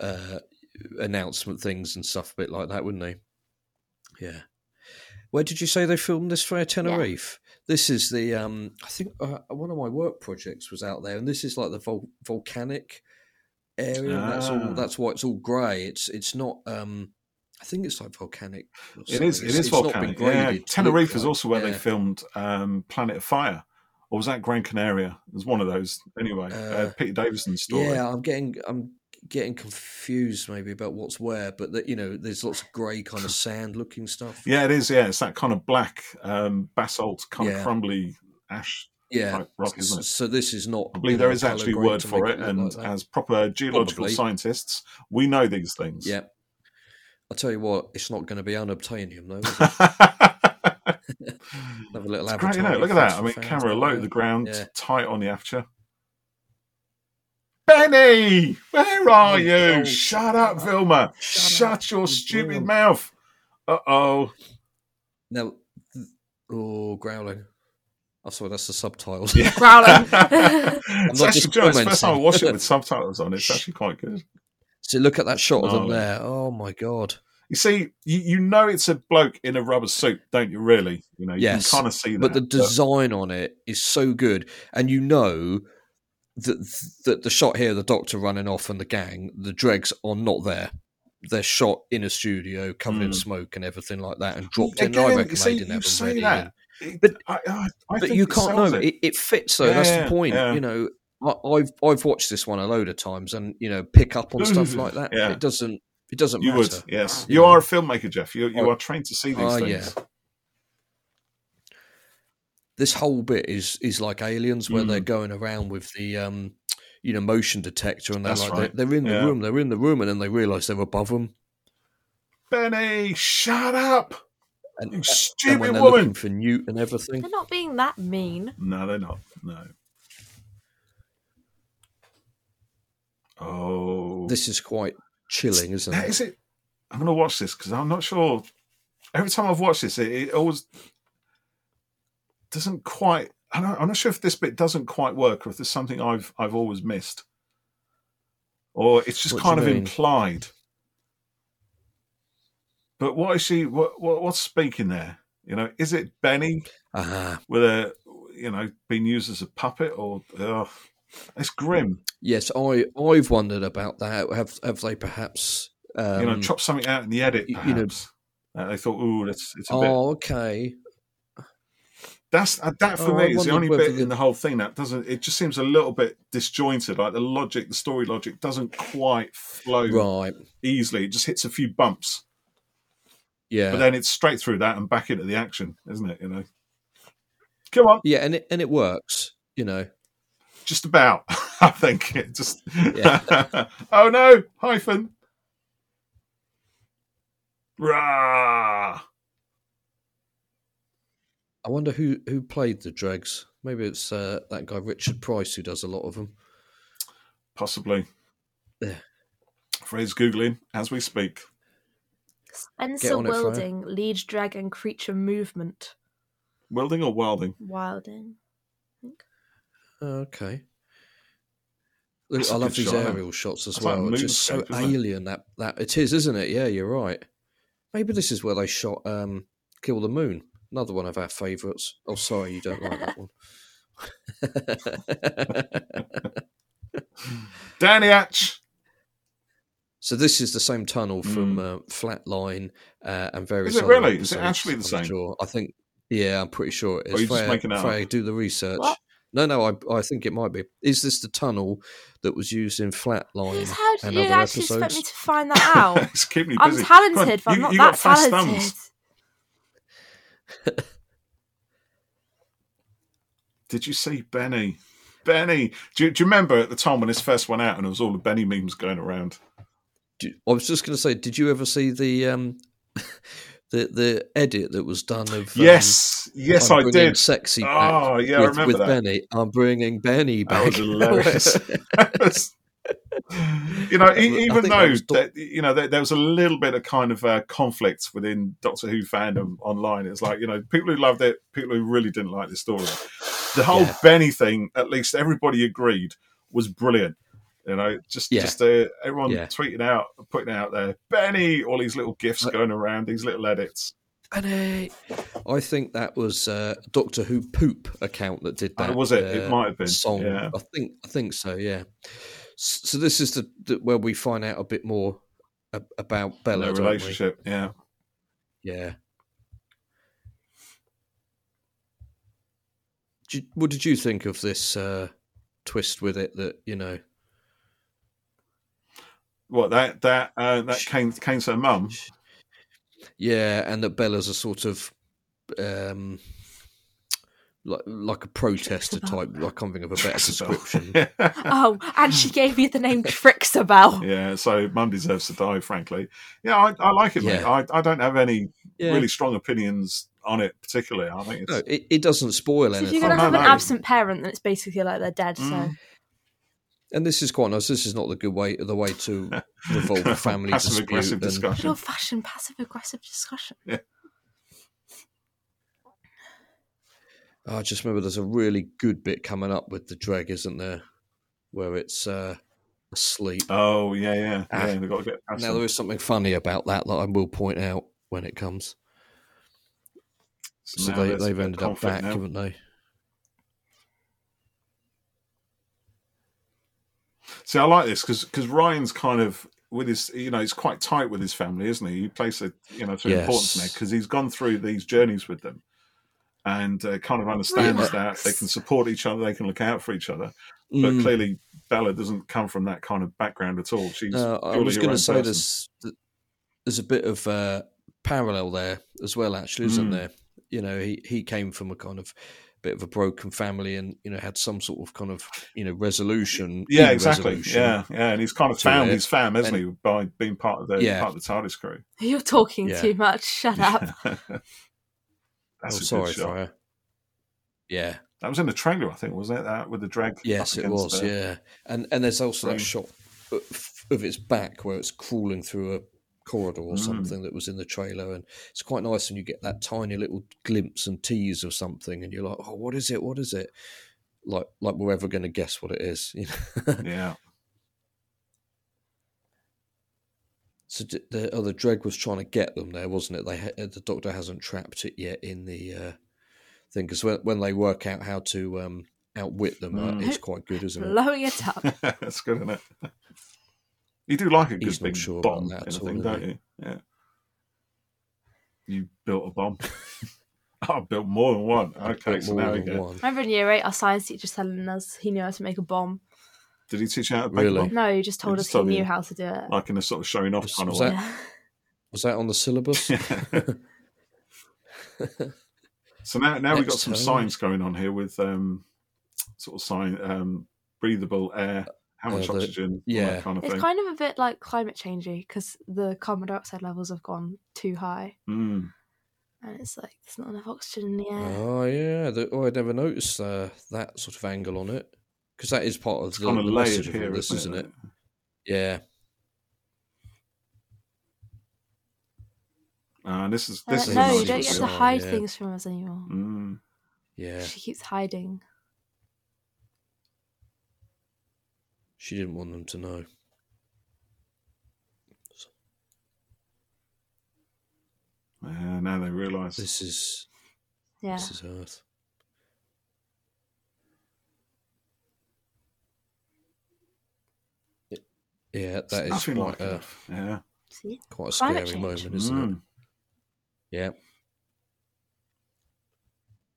uh, announcement things and stuff a bit like that, wouldn't he? Yeah. Where did you say they filmed this for Tenerife? This is the um, I think uh, one of my work projects was out there, and this is like the vol- volcanic area. and That's all.
Ah.
That's why it's all grey. It's it's not. Um, I think it's like volcanic. or
It is.
something.
It is
It's- it's not been
volcanic.
graded
Yeah.
to look
Tenerife is
like-
also where they
yeah.
filmed um, Planet of Fire, or was that Gran Canaria? It was one of those. Anyway, uh,
Uh,
Peter Davison's story.
Yeah, I'm getting I'm getting confused maybe about what's where, but that you know, there's lots of grey kind of sand looking stuff.
Yeah, it is. Yeah, it's that kind of black um, basalt, kind
Yeah.
of crumbly ash
Yeah.
type rock, isn't it?
So this is not.
I believe
you
there
know,
is actually a
colour grade
word
to
for
make
it,
look
and
like that.
as proper geological
Probably.
scientists, we know these things.
yeah. I tell you what, it's not going to be unobtainium though. Is it?
it's
Have a little
great, you
avatar
know. Look at
of
that.
fossil
I mean,
fans
camera
out
low
there.
to the ground,
Yeah.
tight on the aperture. Benny, where are
Oh,
you?
oh,
Shut up, Vilma.
Shut
Shut
up,
your
you
stupid
worm.
mouth. Uh oh.
Now, th- oh, growling. Oh, sorry, that's the subtitles.
Yeah.
Growling. um,
it's
not
actually,
just
do you know, it's the first time I
commenting.
watched it with subtitles on. It's actually quite good.
so look at that shot of them
Gnarly.
there. Oh my god.
You see, you, you know it's a bloke in a rubber suit, don't you? Really, you know, you
Yes,
can kind of see that.
but the design on it is so good, and you know that that the shot here, the doctor running off and the gang, the dregs are not there. They're shot in a studio, covered in
Mm.
smoke and everything like that, and dropped in.
Again,
I
you
reckon
see,
they didn't
you
have them
say
ready.
that.
But-
I, I, I
But
think
you
it
can't
sells
know.
It.
It, it fits though. That's
Yeah,
the point.
yeah.
You know, I, I've I've watched this one a load of times, and you know, pick up on stuff like that.
Yeah.
It doesn't. It doesn't
You
matter.
would, yes.
You
You
know.
are a filmmaker, Jeff. You you
Oh.
are trained to see these
Oh, yeah.
things.
this whole bit is is like aliens where
Mm.
they're going around with the um you know motion detector and they're
That's
like
right.
they're, they're in the
Yeah.
room they're in the room and then they realize they're above them
Benny, shut up!
and, and
You
when
stupid
they're
woman.
looking for newt and everything
They're not being that mean.
No, they're not. No. Oh,
this is quite chilling isn't
That
it
is it. I'm going to watch this because I'm not sure. Every time I've watched this, it, it always doesn't quite. I don't, I'm not sure if this bit doesn't quite work, or if there's something I've I've always missed, or it's just
What do
kind
you
of
mean?
implied. But what is she? What, what what's speaking there? You know, is it Benny
uh
with a you know being used as a puppet, or ugh, it's grim?
yes i i've wondered about that have have they perhaps um,
you know, chop something out in the edit,
you- you know-
perhaps. Uh, I thought, ooh, that's it's a bit.
oh okay
That's uh, that for
Oh, I
me is the
wondered
only
whether
bit in
the-
the whole thing that doesn't. It just seems a little bit disjointed. Like the logic, the story logic doesn't quite flow
right
easily. It just hits a few bumps,
yeah
but then it's straight through that and back into the action, isn't it? You know, come on,
yeah and it and it works you know
just about. I think it just.
Yeah.
oh no, hyphen. Rah!
i wonder who who played the dregs maybe it's uh, that guy richard price who does a lot of them
Possibly.
Yeah.
Phrase googling as we speak.
Get
Spencer
on it, Freya.
Wilding, lead drag and creature movement.
Welding or wilding?
Wilding.
Okay. Look,
That's a
I love
good
these
shot, isn't it?
aerial shots as
That's like
well. it's just so
moonscape, isn't it?
alien that that it is, isn't it? Yeah, you're right. Maybe this is where they shot um, "Kill the Moon," another one of our favourites. Oh, sorry, you don't like that one.
Danny Atch.
so this is the same tunnel from
Mm.
uh, Flatline uh, and various.
Is it
other
really? Is it
episodes,
actually the
I'm
same?
Sure. I think. Yeah, I'm pretty sure it is.
Or you're just
Freya-
making that up?
Freya, do the research.
What?
No, no, I, I think it might be. Is this the tunnel that was used in Flatline?
How did
and
you
other
actually expect
episodes.
me to find that out?
It's keeping me
I'm
busy.
talented,
Come on,
but I'm
you-
not
you
that
got fast
talented.
thumbs. Did you see Benny? Benny. Do you, do you remember at the time when this first went out and there was all the Benny memes going around?
Do- I was just going to say, did you ever see the um, the the edit that was done of? um,
yes. Yes,
I'm
I
bringing
did.
Sexy. back
Oh, yeah, I
with, with
remember that.
Benny. I'm bringing Benny
That
back.
was hilarious. you know,
I
e- even
think
though
that was-
that, you know there, there was a little bit of kind of uh, conflict within Doctor Who fandom online, it's like you know people who loved it, people who really didn't like the story. The whole
Yeah.
Benny thing, at least everybody agreed, was brilliant. You know, just
Yeah.
just uh, everyone
Yeah.
tweeting out, putting out there, Benny, all these little gifs
But-
going around, these little edits.
Benny. I think that was uh, Doctor Who poop account that did that.
Oh, was it? It
uh,
might have been.
song.
Yeah.
I think I think so. Yeah. S- So this is the, the where we find out a bit more a- about Bella.
Their
don't we?
relationship, yeah.
Yeah. Do you- what did you think of this uh, twist with it? That you know,
What that that uh, that Kane Kane's her mum.
yeah, and that Bella's a sort of um, like like a protester type. I can't think of a better description.
Oh, and she gave me the name Trixabelle.
Yeah, so mum deserves to die, frankly. Yeah, I, I like it, mate.
Yeah.
I, I don't have any
Yeah.
really strong opinions on it, particularly. I think it's.
No, it, it doesn't spoil
So if
anything.
you're going to
Oh, no,
have an
no.
absent parent, then it's basically like they're dead. So
Mm.
And this is quite nice. This is not the good way the way to revolve a family
passive
dispute. and-
aggressive
good
discussion.
old fashioned passive aggressive discussion.
I just remember there's a really good bit coming up with the dreg, isn't there? Where it's uh, asleep.
Oh yeah, yeah,
Ah.
yeah. We've got to get past
Now
them.
there is something funny about that that I will point out when it comes. So
now
they,
there's
they've
a
ended up
conflict
back,
now.
haven't they?
See, I like this because Ryan's kind of with his, you know, he's quite tight with his family, isn't he? He places, a, you know, some
Yes.
importance in it because he's gone through these journeys with them and uh, kind of understands that they
Relax.
can support each other, they can look out for each other. but
Mm,
clearly Bella doesn't come from that kind of background at all. She's
no, I
purely
was
her
going
own
to say
person.
there's, there's a bit of uh, parallel there as well, actually, isn't
Mm.
there? You know, he, he came from a kind of bit of a broken family and, you know, had some sort of kind of, you know, resolution.
Yeah,
in
exactly.
resolution.
Yeah, yeah, and he's kind of
to
found
it.
his fam, hasn't he, by being part of the
Yeah.
part of the TARDIS crew.
You're talking
Yeah.
too much. Shut up.
That's
oh,
a good
sorry,
shot.
Fryer. Yeah.
That was in the trailer, I think, wasn't it? That with the drag. up
Yes, it
against
was.
the- Hmm.
Yeah, and and there's also that
Right.
shot of of its back where it's crawling through a corridor or
Mm.
something that was in the trailer, and it's quite nice when you get that tiny little glimpse and tease of something, and you're like, oh, what is it? What is it? Like like we're ever going to guess what it is? You know.
Yeah,
so d- the other dreg was trying to get them there, wasn't it? They ha- uh, the doctor hasn't trapped it yet in the uh, thing because when, when they work out how to um, outwit them, uh,
Mm.
it's quite good, isn't it?
Blowing it up.
that's good, isn't it? You do like a good
He's not
big
sure about
bomb,
that
kind
at
of
all,
thing,
is he?
don't you? Yeah. You built a bomb. Oh, I built more than one. Okay, so
More
now we
than
go.
one.
Remember in year eight, our science teacher telling us he knew how to make a bomb.
Did he teach you how to make a
Really?
bomb?
No, he just told
He
us
just
he
told Oh,
knew
you.
how to do it.
like in a sort of showing off
Was-
kind of
was
way.
that- Was that on the syllabus?
so now, now we've got
Next
some
time.
science going on here with um, sort of sign, um, breathable air, how much
Uh, the-
oxygen, all
yeah.
that kind of
It's
thing.
kind of a bit like climate changey because the carbon dioxide levels have gone too high,
Mm.
and it's like there's not enough oxygen in the air.
oh yeah, the, oh, I'd never noticed uh, that sort of angle on it because that is part of
It's
the,
kind of
the
layered
message of all
here,
this,
isn't, it?
Yeah,
Uh, this is
They're
this
a
like,
is
no,
nice
you don't get
little
to
song,
hide
yeah.
things from us anymore.
Mm.
yeah.
She keeps hiding.
She didn't want them to know.
Uh, now they realise.
This is
Yeah.
this is Earth. Y- Yeah,
It's
that is
nothing
quite,
like
a,
it. Yeah.
See?
quite a
Climate
scary
change.
moment, isn't it?
Mm.
Yeah.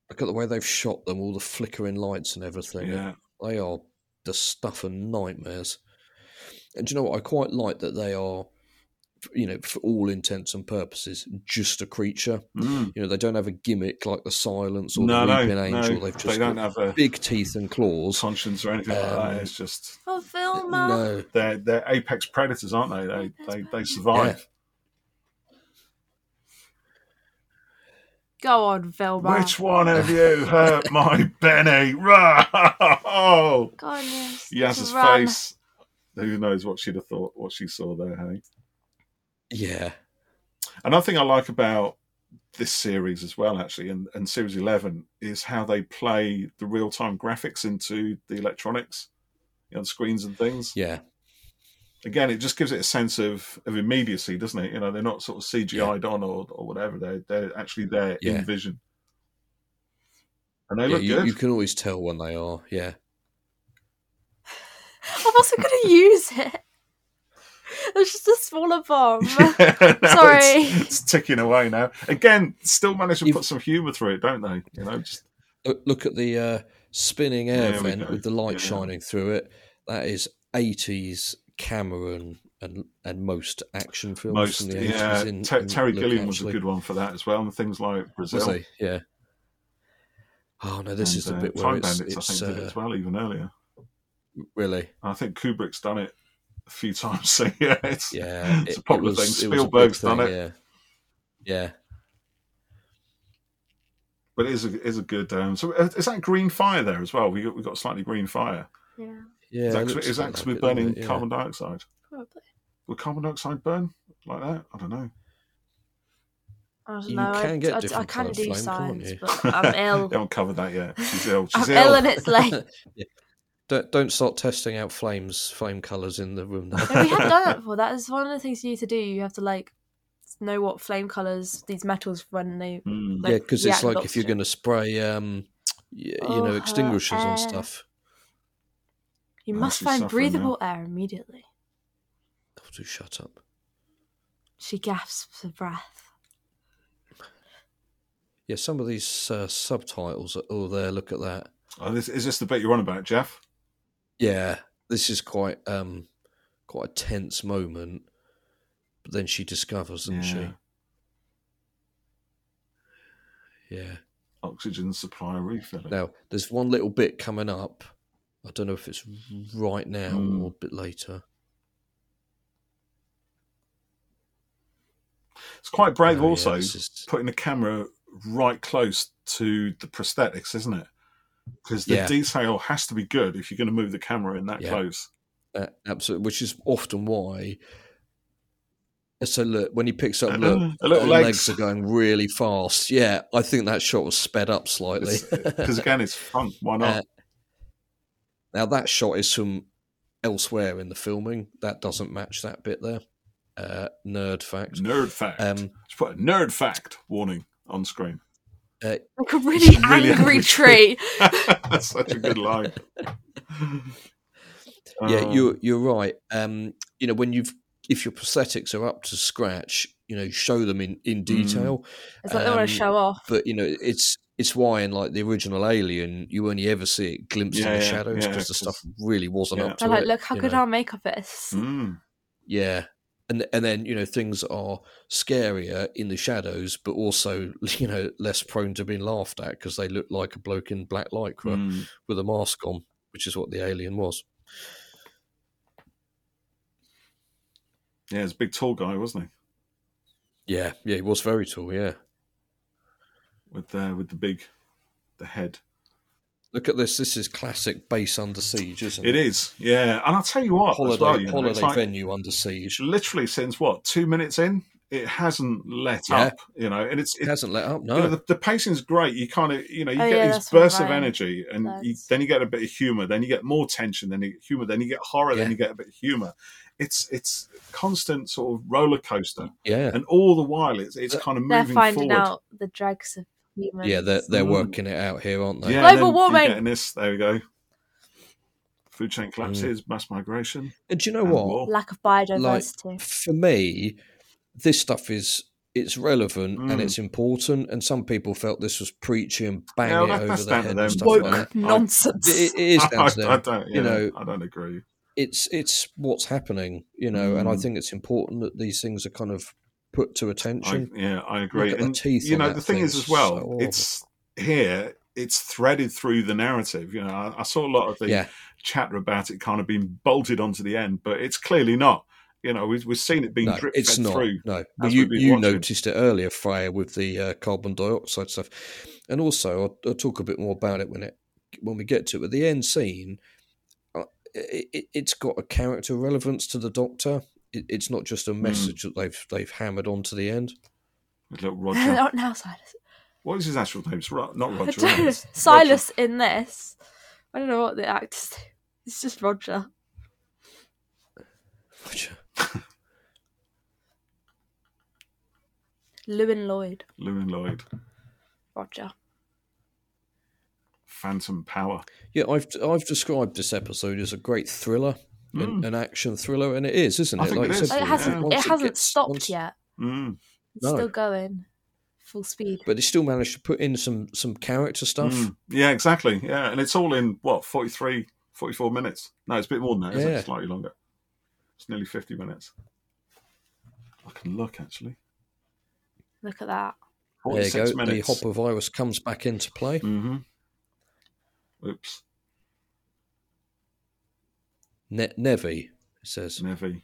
Look at the way they've shot them, all the flickering lights and everything.
Yeah.
They are the stuff of nightmares. And do you know what? I quite like that they are, you know, for all intents and purposes, just a creature.
Mm.
You know, they don't have a gimmick like the silence or
No,
the
no,
weeping
no.
angel. They've just
they don't
got
have a
big teeth and claws.
conscience or anything like
Um,
that. It's just
Oh, Vilma.
No,
they're they're apex predators, aren't they? They they, they survive.
Go on, Vilma.
Which one of you hurt my Benny? Run!
Go on, yes.
Yas's
Run.
face. Who knows what she'd have thought, what she saw there, hey?
yeah,
Another thing I like about this series as well, actually, and, and series 11, is how they play the real time graphics into the electronics you know, the screens and things.
yeah,
Again, it just gives it a sense of, of immediacy, doesn't it? You know, they're not sort of CGI'd on or, or whatever. They're, they're actually there
Yeah.
in vision. And
yeah.
they look
You,
good.
you can always tell when they are. Yeah,
I wasn't going to use it. It was just a smaller bomb.
Yeah, now
Sorry.
It's, it's ticking away now. Again, still manage to
You've-
put some humour through it, don't they? You know, just
look, look at the uh, spinning air
There we
vent
go.
with the light
Yeah.
shining through it. That is eighties Cameron and and most action films
most.
from the eighties.
Yeah,
in,
Ter-
in
Terry
look,
Gilliam was a
actually.
good one for that as well, and things like Brazil.
Was he? Yeah. Oh no, this
and,
is the
uh,
bit where
Time
it's,
Bandits,
it's
I think, did it
uh,
as well, even earlier.
really
I think Kubrick's done it a few times. So yeah, it's,
yeah.
it's
it-
a
it
popular
was-
thing.
it was a big
Spielberg's done
thing,
it,
Yeah. Yeah.
but it is a, is a good. Um, so uh, is that green fire there as well? We got, we got slightly green fire.
yeah,
Yeah,
Is
it
that 'cause-
looks
is
like
that 'cause
that
we're
bit, doesn't
burning
it? Yeah.
carbon dioxide?
probably.
Will carbon dioxide burn like that? I don't know.
I don't
You
know.
can get
Oh, I, I, I
different
can
colour
do
flame, can't
science,
you?
but I'm ill.
They haven't covered that yet. She's ill. She's
I'm
ill.
ill and it's late. No,
Don't, don't start testing out flames, flame colours in the room. Now.
we have done that before. That is one of the things you need to do. You have to like know what flame colours these metals when they
Mm.
yeah,
like,
because
react
it's
with
like if you're
oxygen.
going to spray, um, y- you
Oh,
know,
her
extinguishers
air.
and stuff.
You
Oh,
must
she's
find
suffering now.
breathable air immediately.
God, do shut up.
She gasps for breath.
Yeah, some of these uh, subtitles. Are, oh, there, look at that.
Oh, this, is this the bit you're on about, Jeff?
Yeah, this is quite um, quite a tense moment. But then she discovers, doesn't she? Yeah.
Oxygen supply refilling.
Now, there's one little bit coming up. I don't know if it's right now
Hmm.
or a bit later.
It's quite brave,
Oh, yeah,
also
this is-
putting the camera right close to the prosthetics, isn't it? Because the
Yeah.
detail has to be good if you're going to move the camera in that
Yeah.
close.
Uh, absolutely, which is often why. So look, when he picks up,
And,
look,
uh, her little
her
legs.
legs. are going really fast. Yeah, I think that shot was sped up slightly.
Because again, it's uh, fun. Why not?
Uh, now that shot is from elsewhere in the filming. That doesn't match that bit there. Uh, nerd fact.
nerd fact.
Um,
Just put a nerd fact warning on screen.
Like a really,
really
angry
angry
tree.
That's such a good line.
yeah,
Um,
you're you're right. Um, you know, when you've if your prosthetics are up to scratch, you know, show them in
Mm.
in detail.
It's like they want
Um,
to show off.
But you know, it's it's why in like the original Alien, you only ever see it glimpsed
Yeah,
in
yeah,
the shadows
yeah,
because the
'cause-
stuff really wasn't
yeah.
up to
They're like,
it.
look how
you
good
know.
our makeup is.
Mm.
Yeah. And, and then you know things are scarier in the shadows, but also you know less prone to being laughed at because they look like a bloke in black lycra
mm.
with a mask on, which is what the alien was.
Yeah, he's a big tall guy, wasn't he?
Yeah, yeah, he was very tall. Yeah,
With uh, with the big, the head.
Look at this. This is classic base under siege, isn't
It
it?
is, yeah. And I'll tell you what, as
Holiday,
well, you know,
holiday
it's like
venue under siege.
literally since what two minutes in, it hasn't let
Yeah.
up, you know, and it's
It
it,
hasn't let up. No,
you know, the, the pacing's great. You kind of, you know, you
Oh,
get
yeah,
these
that's what
bursts of
Ryan
energy, and you,
says.
then you get a bit of humor, then you get more tension, then you get humor, then you get horror,
Yeah.
then you get a bit of humor. It's it's constant sort of roller coaster,
yeah,
and all the while it's it's kind of
They're
moving
finding
forward.
out the dregs of humans.
yeah. They're they're
Mm.
working it out here, aren't they?
Yeah,
Global
then you're
warming.
getting this. There we go. Food chain collapses, mass migration.
And do Mm. you know
and
what?
war.
lack of biodiversity.
for me, this stuff is it's relevant and
Mm.
it's important. And some people felt this was preachy and bang
Yeah,
it
that-
over
that's
their
down to
head
them.
and stuff
Woke
like that.
nonsense.
It, it is
I,
down to them.
I don't,
you
yeah,
know.
I don't agree.
It's it's what's happening, you know. And I
Mm.
think it's important that these things are kind of put to
I,
attention.
yeah, I agree.
at the
And
teeth
you
on
know,
that
the thing
thing,
is as
it's
well,
so horrible.
it's here. It's threaded through the narrative. You know, I, I saw a lot of the
yeah,
chatter about it kind of being bolted onto the end, but it's clearly not. You know, we've, we've seen it being
no,
drip
it's
fed
not.
through.
No,
as
you
we've been
you
watching.
noticed it earlier, Freya, with the uh, carbon dioxide stuff, and also I'll, I'll talk a bit more about it when it when we get to it. But the end scene, uh, it, it, it's got a character relevance to the Doctor. It, it's not just a
Hmm.
message that they've they've hammered onto the end.
With little Roger.
Not now, Silas.
what is his actual name? It's Ro- not
I
Roger.
don't know.
is it?
Silas in this. I don't know what the actors do. It's just Roger.
Roger.
Lewin Lloyd.
Roger. Llewyn Lloyd.
Roger.
Phantom Power.
Yeah, I've I've described this episode as a great thriller, an,
Mm.
an action thriller, and it is, isn't it?
I think it
you
is.
said,
It
Yeah.
hasn't.
once
It hasn't
gets-
stopped
once-
yet.
Mm.
It's
No.
still going, full speed.
but they still managed to put in some some character stuff.
Mm. Yeah, exactly. Yeah, and it's all in what 43, 44 minutes. No, it's a bit more than that. Isn't
Yeah.
it? Slightly longer. It's nearly fifty minutes. I can look actually.
Look at that.
There you go.
Forty-six minutes.
The Hopper virus comes back into play.
mm-hmm. Oops,
Ne- Nevi it says.
Nevi.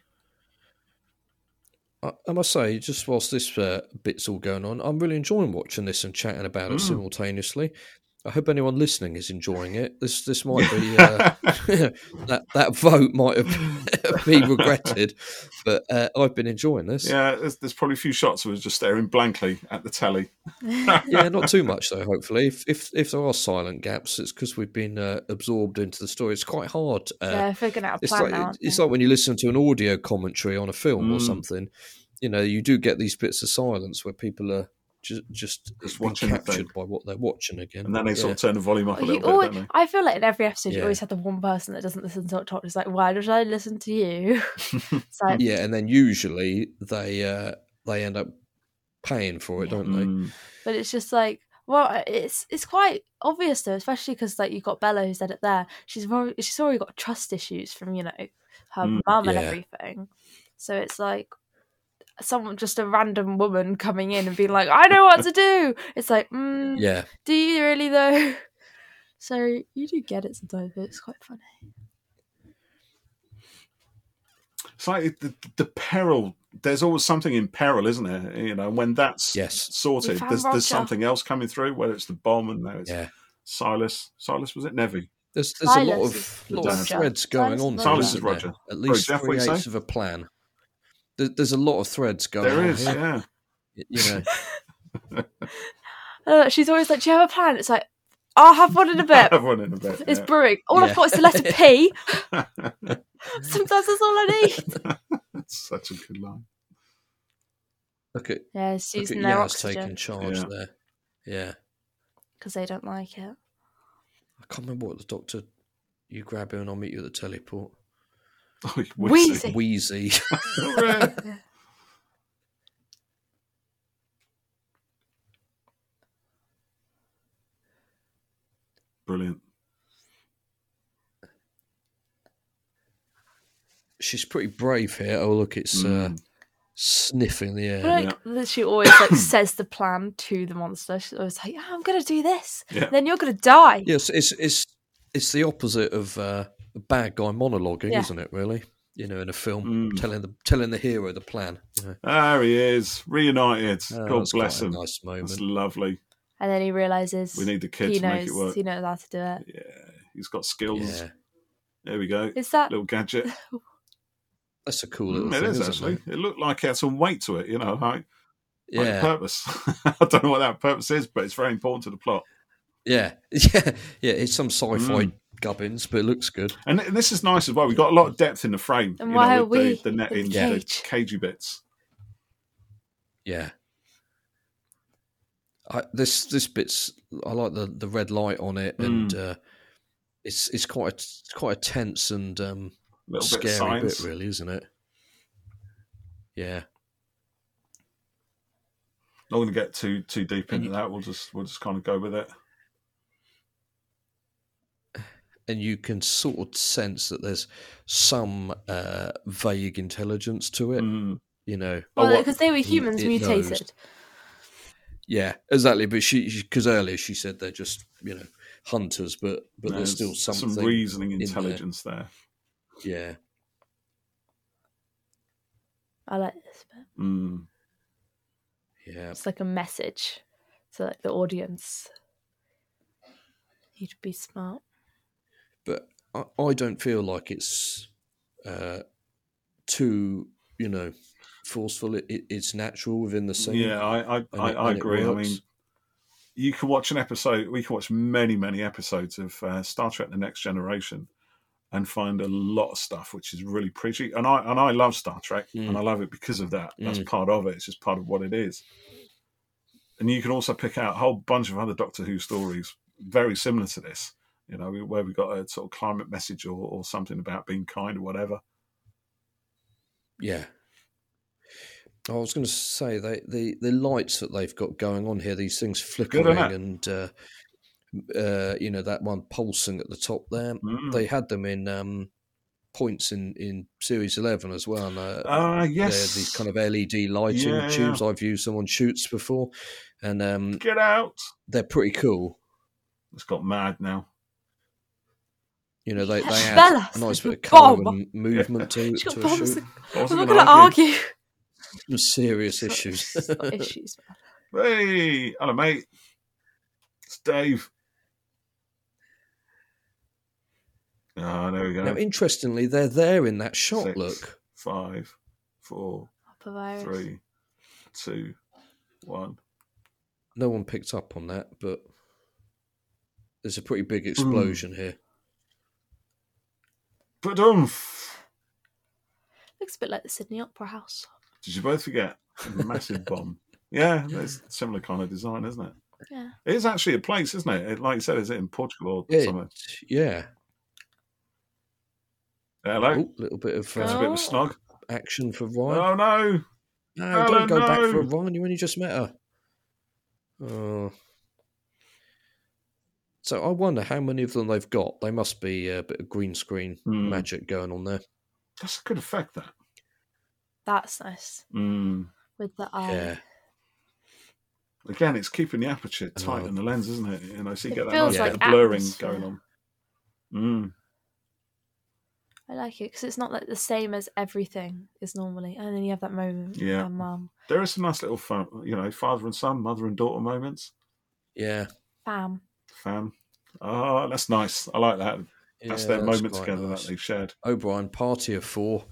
I, I must say, just whilst this uh, bit's all going on, I'm really enjoying watching this and chatting about it
Mm.
simultaneously. I hope anyone listening is enjoying it. This this might be uh, that that vote might have been regretted, but uh, I've been enjoying this.
yeah, there's, there's probably a few shots of us just staring blankly at the telly.
Yeah, not too much though. Hopefully, if if, if there are silent gaps, it's because we've been uh, absorbed into the story. It's quite hard. Uh,
They're figuring out a
it's
plan
like
now. aren't
it's
they?
like when you listen to an audio commentary on a film or
Mm.
something. You know, you do get these bits of silence where people are just just,
Just
being
watching the thing.
captured by what they're watching again.
And then they sort
Yeah.
of turn the volume up a
You
little
always,
bit, don't
I feel like in every episode you
Yeah.
always have the one person that doesn't listen to what Doctor. It's like, why did I listen to you? it's like,
yeah, and then usually they uh, they end up paying for it,
they?
don't they?
Mm.
but it's just like, well, uh, it's it's quite obvious though, especially because like you got Bella who's said it there. She's already, she's already got trust issues from you know her
Mm,
mum and
yeah.
everything. So it's like someone just a random woman coming in and being like, I know what to do. It's like, mm,
Yeah,
do you really though? So you do get it sometimes, but it's quite funny.
It's like the, the peril. There's always something in peril, isn't there? You know, when that's
yes,
We
sorted,
found
there's,
Roger.
there's something else coming through, whether it's the bomb and now it's
yeah.
Silas. Silas, was it? Nevi.
There's there's a lot
Silas
of,
is
lot of
Roger.
threads going
Silas
on.
is
here,
Silas is
isn't there?
Roger.
At least
Jeff, what
three
you
eighths
say?
of a plan. There- There's a lot of threads going
There
on.
is,
here.
yeah.
You know,
Uh, she's always like, do you have a plan? It's like, I'll have one in a bit.
Everyone in a bit.
It's
yeah.
brewing. All
Yeah.
I've got is the letter P. Sometimes that's all I need.
That's such a good line.
look at
Yeah, it's
look at
using their
Yaz
oxygen
taking charge
Yeah.
there. Yeah,
because they don't like it.
I can't remember what the doctor. You grab her and I'll meet you at the teleport.
Oh, you wheezy.
Wheezy.
Wheezy.
Hooray. Brilliant.
She's pretty brave here. Oh look, it's uh,
Mm.
sniffing the air.
Like that she always like says the plan to the monster. She's always like, oh, "I'm gonna do this,
Yeah.
then you're gonna die."
Yes, it's it's it's the opposite of uh, a bad guy monologuing,
Yeah.
isn't it? Really, you know, in a film,
Mm.
telling the telling the hero the plan. You know.
There he is, reunited.
Oh,
God
that's
bless
quite
him.
A nice
That's
moment.
lovely.
And then he realizes
We need the kid
he
to make it
knows
work.
he knows how to do it.
Yeah, he's got skills.
Yeah,
There we go.
Is that
Little gadget.
That's a cool little
Mm,
thing.
it is
isn't
actually.
it?
It looked like it had some weight to it, you know, like, like
Yeah.
purpose. I don't know what that purpose is, but it's very important to the plot.
Yeah. Yeah. Yeah. It's some sci fi
Mm.
gubbins, but it looks good.
And th- this is nice as well. We've got a lot of depth in the frame.
And
you
why
know,
are
with
we
the- the, net Oh,
in
in
the
the
cage?
cagey bits?
Yeah. I, this this bit's I like the, the red light on it
Hmm.
and uh, it's it's quite a, it's quite a tense and um,
A little bit of
scary bit,
science.
really, isn't it? Yeah,
Not going to get too too deep into that. We'll just we'll just kind of go with it.
and you can sort of sense that there's some uh, vague intelligence to it,
Mm.
you know.
Oh,
Well,
what-
because they were humans
it knows.
mutated.
Yeah, exactly. But she because earlier she said they're just you know hunters, but but
There's
there's still something.
some reasoning
there.
intelligence there.
yeah,
I like this bit.
Mm.
yeah.
It's like a message to like the audience. You'd be smart.
but I, I don't feel like it's uh, too, you know, forceful. It, it, it's natural within the scene.
Yeah, I I,
and
I,
it-
I
and it
agree. I
works.
mean, you can watch an episode. We can watch many many episodes of uh, Star Trek: The Next Generation and find a lot of stuff which is really preachy. And I and I love Star Trek,
Mm.
and I love it because of that. That's
Mm.
part of it. It's just part of what it is. And you can also pick out a whole bunch of other Doctor Who stories very similar to this. You know, where we got a sort of climate message or, or something about being kind or whatever.
Yeah. I was going to say they, the the lights that they've got going on here, these things flickering
that?
and uh, uh, you know that one pulsing at the top there.
Mm.
They had them in um, points in, in series eleven as well. And, uh,
Ah,
they're
yes.
these kind of LED lighting
Yeah,
tubes. I've used them on shoots before, and um,
Get out!
they're pretty cool.
It's got mad now.
You know, they,
Yeah,
they add
Bella,
a nice bit of
you've
colour
got
and movement to,
She's got
to a
bombs.
shoot.
and-
I
I'm
wasn't
not
gonna
going to argue.
Some serious issues.
It's not issues. man.
Hey, hello, mate. It's Dave. Ah, there we go.
now, interestingly, they're there in that shot.
Six.
Look,
Five, four,
Upper virus.
three, two, one.
no one picked up on that, but there's a pretty
Hmm.
big explosion here.
But
Looks a bit like the Sydney Opera House.
Did you both forget? Massive bomb. Yeah, that's similar kind of design, isn't it?
Yeah.
It is actually a place, isn't it? it like you said, is it in Portugal or
It-
somewhere?
yeah,
Hello.
a little bit of
That's a
uh,
bit of a snog.
action for Ryan.
Oh no!
No,
Oh,
don't go back
no.
for a Ryan. You only just met her. Oh. So I wonder how many of them they've got. They must be a bit of green screen
Hmm.
magic going on there.
That's a good effect. That.
That's nice.
Mm.
With the eye.
Yeah.
Again, it's keeping the aperture tight
Oh.
in the lens, isn't it? You know, so you
It
get that
feels
nice
like
bit of blurring
atmosphere.
going on. Mm.
I like it because it's not like the same as everything is normally. And then you have that moment with
Yeah.
her mum.
There are some nice little, fa- you know, father and son, mother and daughter moments.
Yeah.
Bam.
Fam. Oh, that's nice. I like that. That's
Yeah,
their moment
quite
together
nice.
that they shared.
O'Brien, party of four.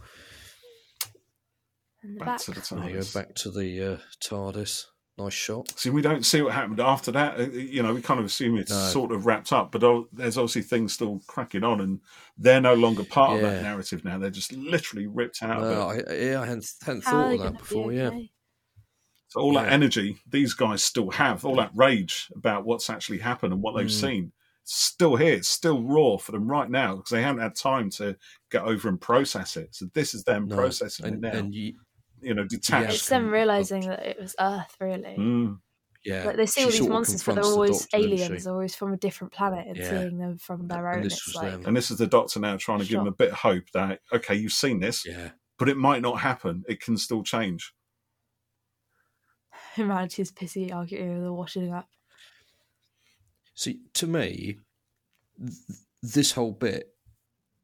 And the
Back,
back.
to the
There you go,
TARDIS.
back to the uh, TARDIS. Nice shot.
See, we don't see what happened after that. Uh, You know, we kind of assume it's
No.
sort of wrapped up, but oh, there's obviously things still cracking on, and they're no longer part of
Yeah.
that narrative now. They're just literally ripped out of it.
No, I, yeah, I hadn't, hadn't
How are
thought
they
of
going
that
to
before.
be
Yeah.
okay?
So all that
Yeah.
energy these guys still have, all that rage about what's actually happened and what they've
Mm.
seen, still here, it's still raw for them right now because they haven't had time to get over and process it. So this is them
No,
processing
And,
it now,
and you,
you know,
It's
detached.
Yeah.
them realizing that it was Earth, really.
Mm.
yeah.
Like they see
she
all these
sort of
monsters, but they're
confronts the
always
doctor, doesn't she?
aliens, they're always from a different planet, and
Yeah.
seeing them from their
And
own.
this
it's
was
like,
them.
And this is the doctor now trying to give
Sure.
them a bit of hope that okay, you've seen this,
Yeah.
but it might not happen. It can still change.
humanity is pissy, arguing over the washing up.
See, to me, th- this whole bit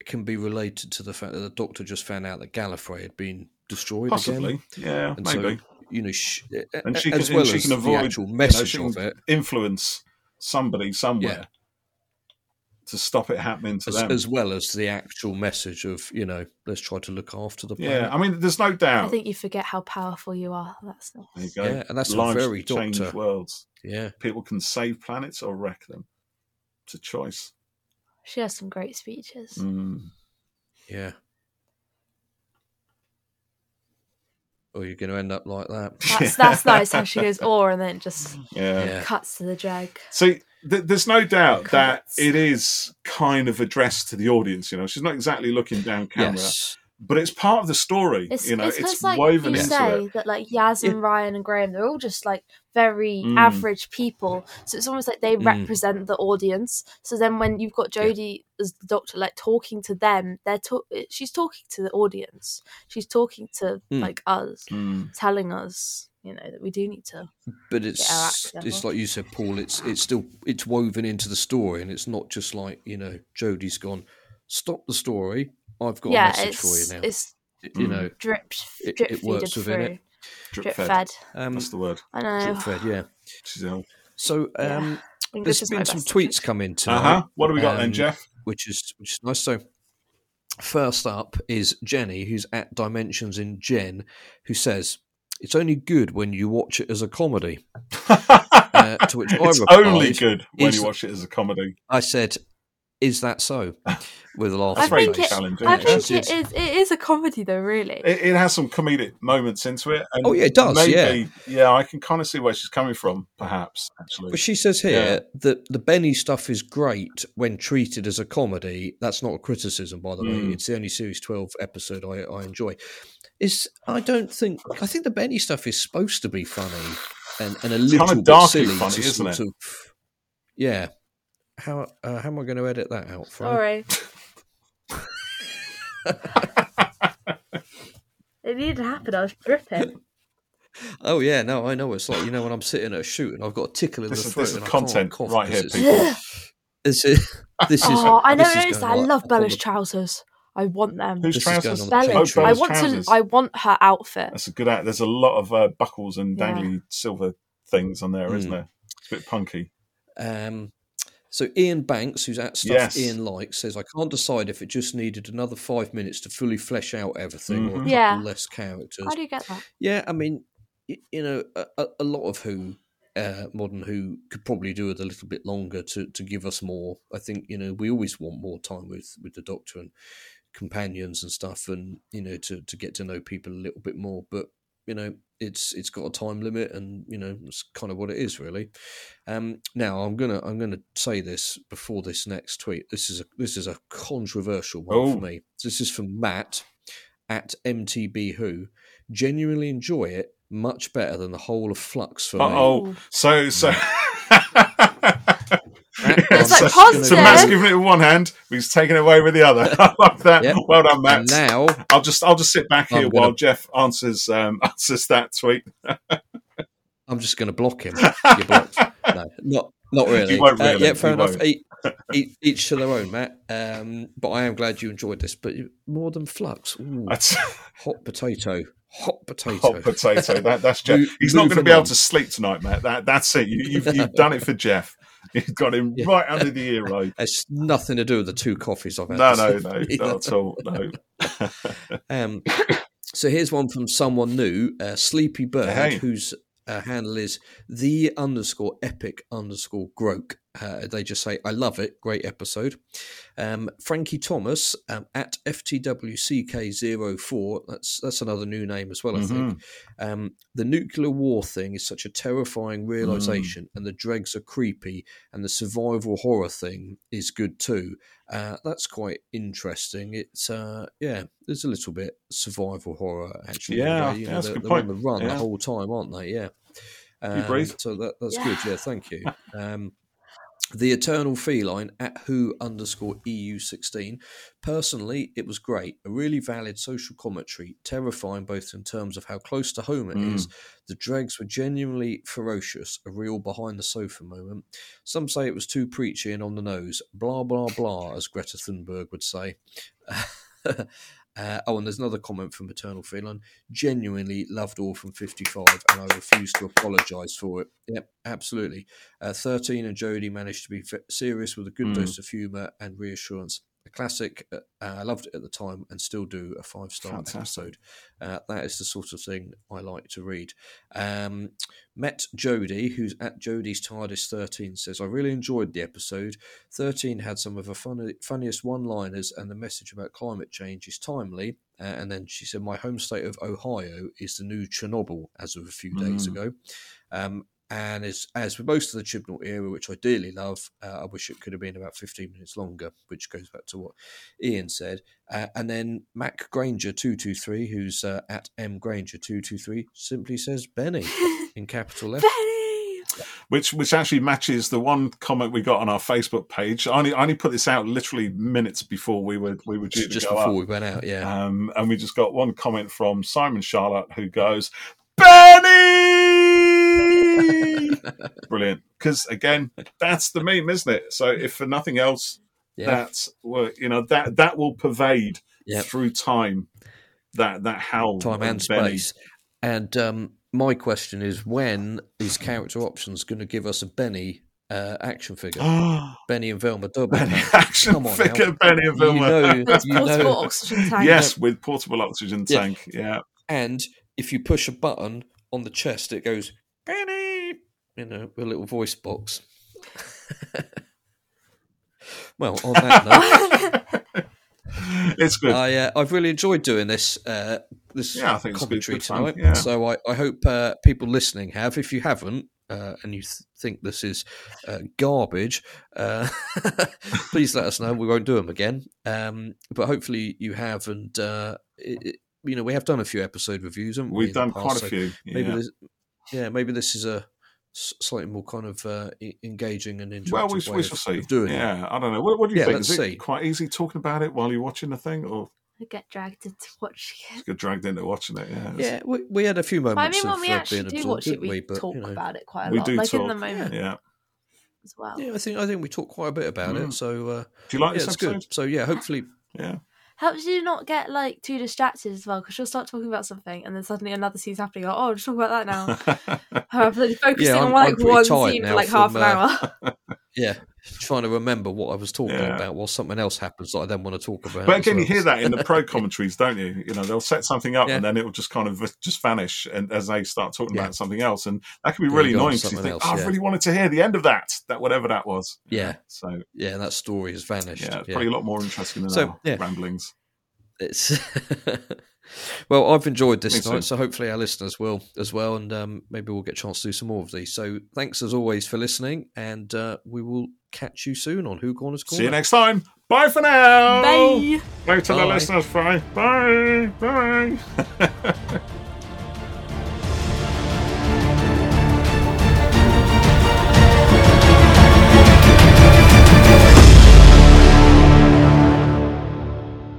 can be related to the fact that the Doctor just found out that Gallifrey had been destroyed again.
Possibly, yeah,
And
maybe
so, you know, sh
And she
as
can-
well
and she
as
can
the
avoid,
actual
you know,
message
she
of
can-
it.
influence somebody somewhere. to stop it happening to
as,
them.
as well as the actual message of you know let's try to look after the planet.
yeah, I mean, there's no doubt.
I think you forget how powerful you are. That's not.
there you go.
Yeah, and that's a
Lives
very
can change
doctor.
worlds.
Yeah,
People can save planets or wreck them. It's a choice.
She has some great speeches.
Mm.
yeah. Or Oh, you're going to end up like that.
That's, that's nice how she goes or and then it just
Yeah.
Yeah.
cuts to the drag.
See, th- there's no doubt that
Cuts.
it is kind of addressed to the audience. You know, she's not exactly looking down camera,
Yes.
but it's part of the story.
It's,
you know,
it's,
it's,
just like
woven
you
into
say
it.
that like Yaz and Ryan and Graham, they're all just like very
Mm.
average people. So it's almost like they
Mm.
represent the audience. So then when you've got Jodie as the doctor, like talking to them, they're talk- she's talking to the audience. She's talking to
Mm.
like us,
Mm.
telling us, you know, that we do need to.
But
our
it's
act together.
it's like you said, Paul. It's it's still it's woven into the story, and it's not just like you know Jodie's gone. Stop the story. I've got a
yeah,
message for
it's
you now.
it's
Hmm.
You know,
dripped,
It-
drip
it
feeded
works
through,
within it.
Drip
drip
fed.
fed.
um,
That's the word.
I know.
drip fed, yeah.
She's ill.
So
Yeah.
um,
English
there's
is my
been some
best
tweets come in tonight.
Uh huh. What do we got
Um,
then, Jeff?
which is which is nice. So first up is Jenny, who's at Dimensions in Jen, who says it's only good when you watch it as a comedy. Uh, to which I
it's
replied,
only good when
is-
you watch it as a comedy.
I said, "Is that so?" With a laugh.
That's
I
on my
think
very
face.
challenging.
I
Yeah,
think
it's-
it is. It is a comedy, though. Really,
It, it has some comedic moments into it. And
Oh, yeah, it does,
Maybe, yeah. I can kind of see where she's coming from, perhaps, actually.
But she says here
Yeah.
that the Benny stuff is great when treated as a comedy. That's not a criticism, by the
Mm.
way. It's the only series twelve episode I, I enjoy. Is I don't think I think the Benny stuff is supposed to be funny and, and a little
kinda
bit
darkly
silly, to
funny, isn't
sort of- yeah. How uh, how am I going to edit that out? Fran?
sorry. it needed to happen. I was dripping.
Oh yeah, no, I know it's like you know when I'm sitting at a shoot and I've got a tickle in
This
the
is-
throat
this is
and I
content
can't cough
right
'cause
here,
it's- This is this is.
oh, I
this
never
is
noticed that.
going
I
like up
love
on
Bella's
the-
trousers. I want them.
Whose
This is
trousers?
going on
Bella,
the page.
Oh,
I
Bella's
want
trousers.
to. I want her outfit.
That's a good act. There's a lot of uh, buckles and
Yeah.
dangly silver things on there, not
Mm.
there? It's a bit punky.
Um, so Ian Banks, who's at stuff
Yes.
Ian likes, says I can't decide if it just needed another five minutes to fully flesh out everything or a
Mhm.
couple
Yeah.
less characters.
How do you get that?
Yeah, I mean, y- you know, a, a- a lot of who uh, modern who could probably do it a little bit longer to to give us more. I think you know we always want more time with with the Doctor and companions and stuff, and you know to to get to know people a little bit more. But you know, it's it's got a time limit, and you know it's kind of what it is really. Um, now I'm gonna I'm gonna say this before this next tweet. This is a this is a controversial one
Oh.
for me. This is from Matt at MTB Who. Genuinely enjoy it much better than the whole of Flux for
Uh
me.
Ooh.
oh.
Hmm.
So, so.
It's
like
so, so Matt's
positive.
giving it with one hand, but he's taking it away with the other. I love that.
Yep.
Well done,
And
Matt.
now
I'll just I'll just sit back
I'm
here
gonna- Hmm.
while Jeff answers um, answers that tweet.
I'm just going to block him. You're blocked. No, not not really.
You won't
Uh,
really,
yeah, fair
you
enough.
won't.
Each, each, each to their own, Matt. Um, but I am glad you enjoyed this. But more than Flux, Ooh,
That's
hot potato, hot potato.
hot potato. That, that's Jeff.
Mo-
He's not going to
moving
be able
on.
to sleep tonight, Matt. That, that's it. You, you've, you've done it for Jeff. You've got him
Yeah.
right under the earlobe.
It's nothing to do with the two coffees I've had.
No,
this
no, no,
evening.
not at all. No.
Um, so here's one from someone new, uh, Sleepy Bird,
Hey.
whose uh, handle is the underscore epic underscore groke. Uh, they just say, I love it. Great episode. Um, Frankie Thomas um, at FTWCK04. That's that's another new name as well,
Mm-hmm.
I think. Um, the nuclear war thing is such a
Hmm.
terrifying realization, and the dregs are creepy, and the survival horror thing is good too. Uh, that's quite interesting. It's uh, yeah, there's a little bit survival horror actually. in a
Yeah,
way. you
yeah,
know,
that's a
they're,
good
they're on the
point.
run the
Yeah.
whole time, aren't they? Yeah.
you
Um,
breathe?
So that, that's
Yeah.
good. Yeah, thank you. Um, the Eternal Feline at who underscore EU16. Personally, it was great. A really valid social commentary, terrifying both in terms of how close to home it is.
Mm.
The dregs were genuinely ferocious, a real behind the sofa moment. Some say it was too preachy and on the nose. Blah, blah, blah, as Greta Thunberg would say. Uh, oh, and there's another comment from Maternal Feline. Genuinely loved all from 55, and I refuse to apologise for it. Yep, absolutely. Uh, 13 and Jodie managed to be f- serious with a good
Mm.
dose of humour and reassurance. A classic. Uh, I loved it at the time and still do. A five star
Fantastic.
episode. Uh, that is the sort of thing I like to read. Um, met Jodie, who's at Jodie's TARDIS 13, says, I really enjoyed the episode. 13 had some of her funny, funniest one liners, and the message about climate change is timely. Uh, and then she said, My home state of Ohio is the new Chernobyl as of a few days
Mm.
ago. Um, and as, as with most of the Chibnall era, which I dearly love, uh, I wish it could have been about 15 minutes longer, which goes back to what Ian said. Uh, and then Mac Granger223, who's uh, at M Granger223, simply says Benny in capital letters.
Benny!
which which actually matches the one comment we got on our Facebook page. I only, I only put this out literally minutes before we were we were due to
Just
go
before
up.
we went out, yeah.
Um, and we just got one comment from Simon Charlotte who goes, Benny! Brilliant. Because again, that's the meme, isn't it? So if for nothing else,
yeah.
that's what you know that that will pervade
Yep.
through time. That that howl,
time
of
and
Benny.
space. And um, my question is, when is character options going to give us a Benny uh, action figure? Benny and Velma double.
Benny action
Come on,
figure,
Al.
Benny and Vilma.
You know,
Those
you know.
portable oxygen tank.
Yes, with portable oxygen
Yeah.
tank. Yeah.
And if you push a button on the chest, it goes Benny. You know, with a little voice box. well, on that note.
it's good.
I, uh, I've really enjoyed doing this uh, this
Yeah, I think it's good-
commentary
good fun,
tonight.
yeah.
So I, I hope uh, people listening have. If you haven't uh, and you th- think this is uh, garbage, uh, please let us know. We won't do them again. Um, but hopefully you have. And uh, it, it- you know, we have done a few episode reviews, haven't we?
We've
in the
done
past?
quite
So
a few.
Maybe
yeah.
this, yeah, maybe this is a s- slightly more kind of uh, e- engaging and interactive
Well, we,
way
we
of,
shall see.
of doing it.
yeah, I don't know. What, what do you
Yeah,
think?
let's
Is it
see.
quite easy talking about it while you're watching the thing, or
I get dragged into watching it.
just get dragged into watching it? Yeah.
Yeah, we, we had a few moments.
I mean,
of,
when we
uh,
actually
being
do
absorbed,
watch it,
didn't
we,
we But,
talk
you know,
about it quite a
We
lot.
do
Like in the
talk,
moment
Yeah.
as well.
Yeah, I think I think we talked quite a bit about
Mm.
it. So uh,
Do you
yeah,
like this
it's
episode?
good. So yeah, hopefully,
Yeah.
Helps you not get like too distracted as well, because you'll start talking about something and then suddenly another scene's happening. You're Like, oh, I'll just talk about that now. I'm bloody focusing
Yeah, I'm-
on like
I'm pretty
one
tired
scene for
now
like half
from,
an hour.
yeah, trying to remember what I was talking
Yeah.
about while something else happens that I then want to talk about.
but
as
again, you
well.
hear that in the pro commentaries, don't you? You know, they'll set something up
Yeah.
and then it will just kind of v- just vanish, and as they start talking
Yeah.
about something else, and that can be
Then
really
you go on
annoying
to
because you
something
think,
else,
"Oh,
yeah.
I've really wanted to hear the end of that, that whatever that was.
Yeah.
So
Yeah, that story has vanished.
yeah, it's
Yeah.
probably a lot more interesting than
So,
our
yeah.
ramblings.
It's well, I've enjoyed this
Me too.
tonight, so hopefully our listeners will as well, and um, maybe we'll get a chance to do some more of these. So thanks as always for listening, and uh, we will catch you soon on Who Corners Corner.
See you next time. Bye for now.
Bye.
Later, the
Bye.
listeners. Bye. Bye. Bye.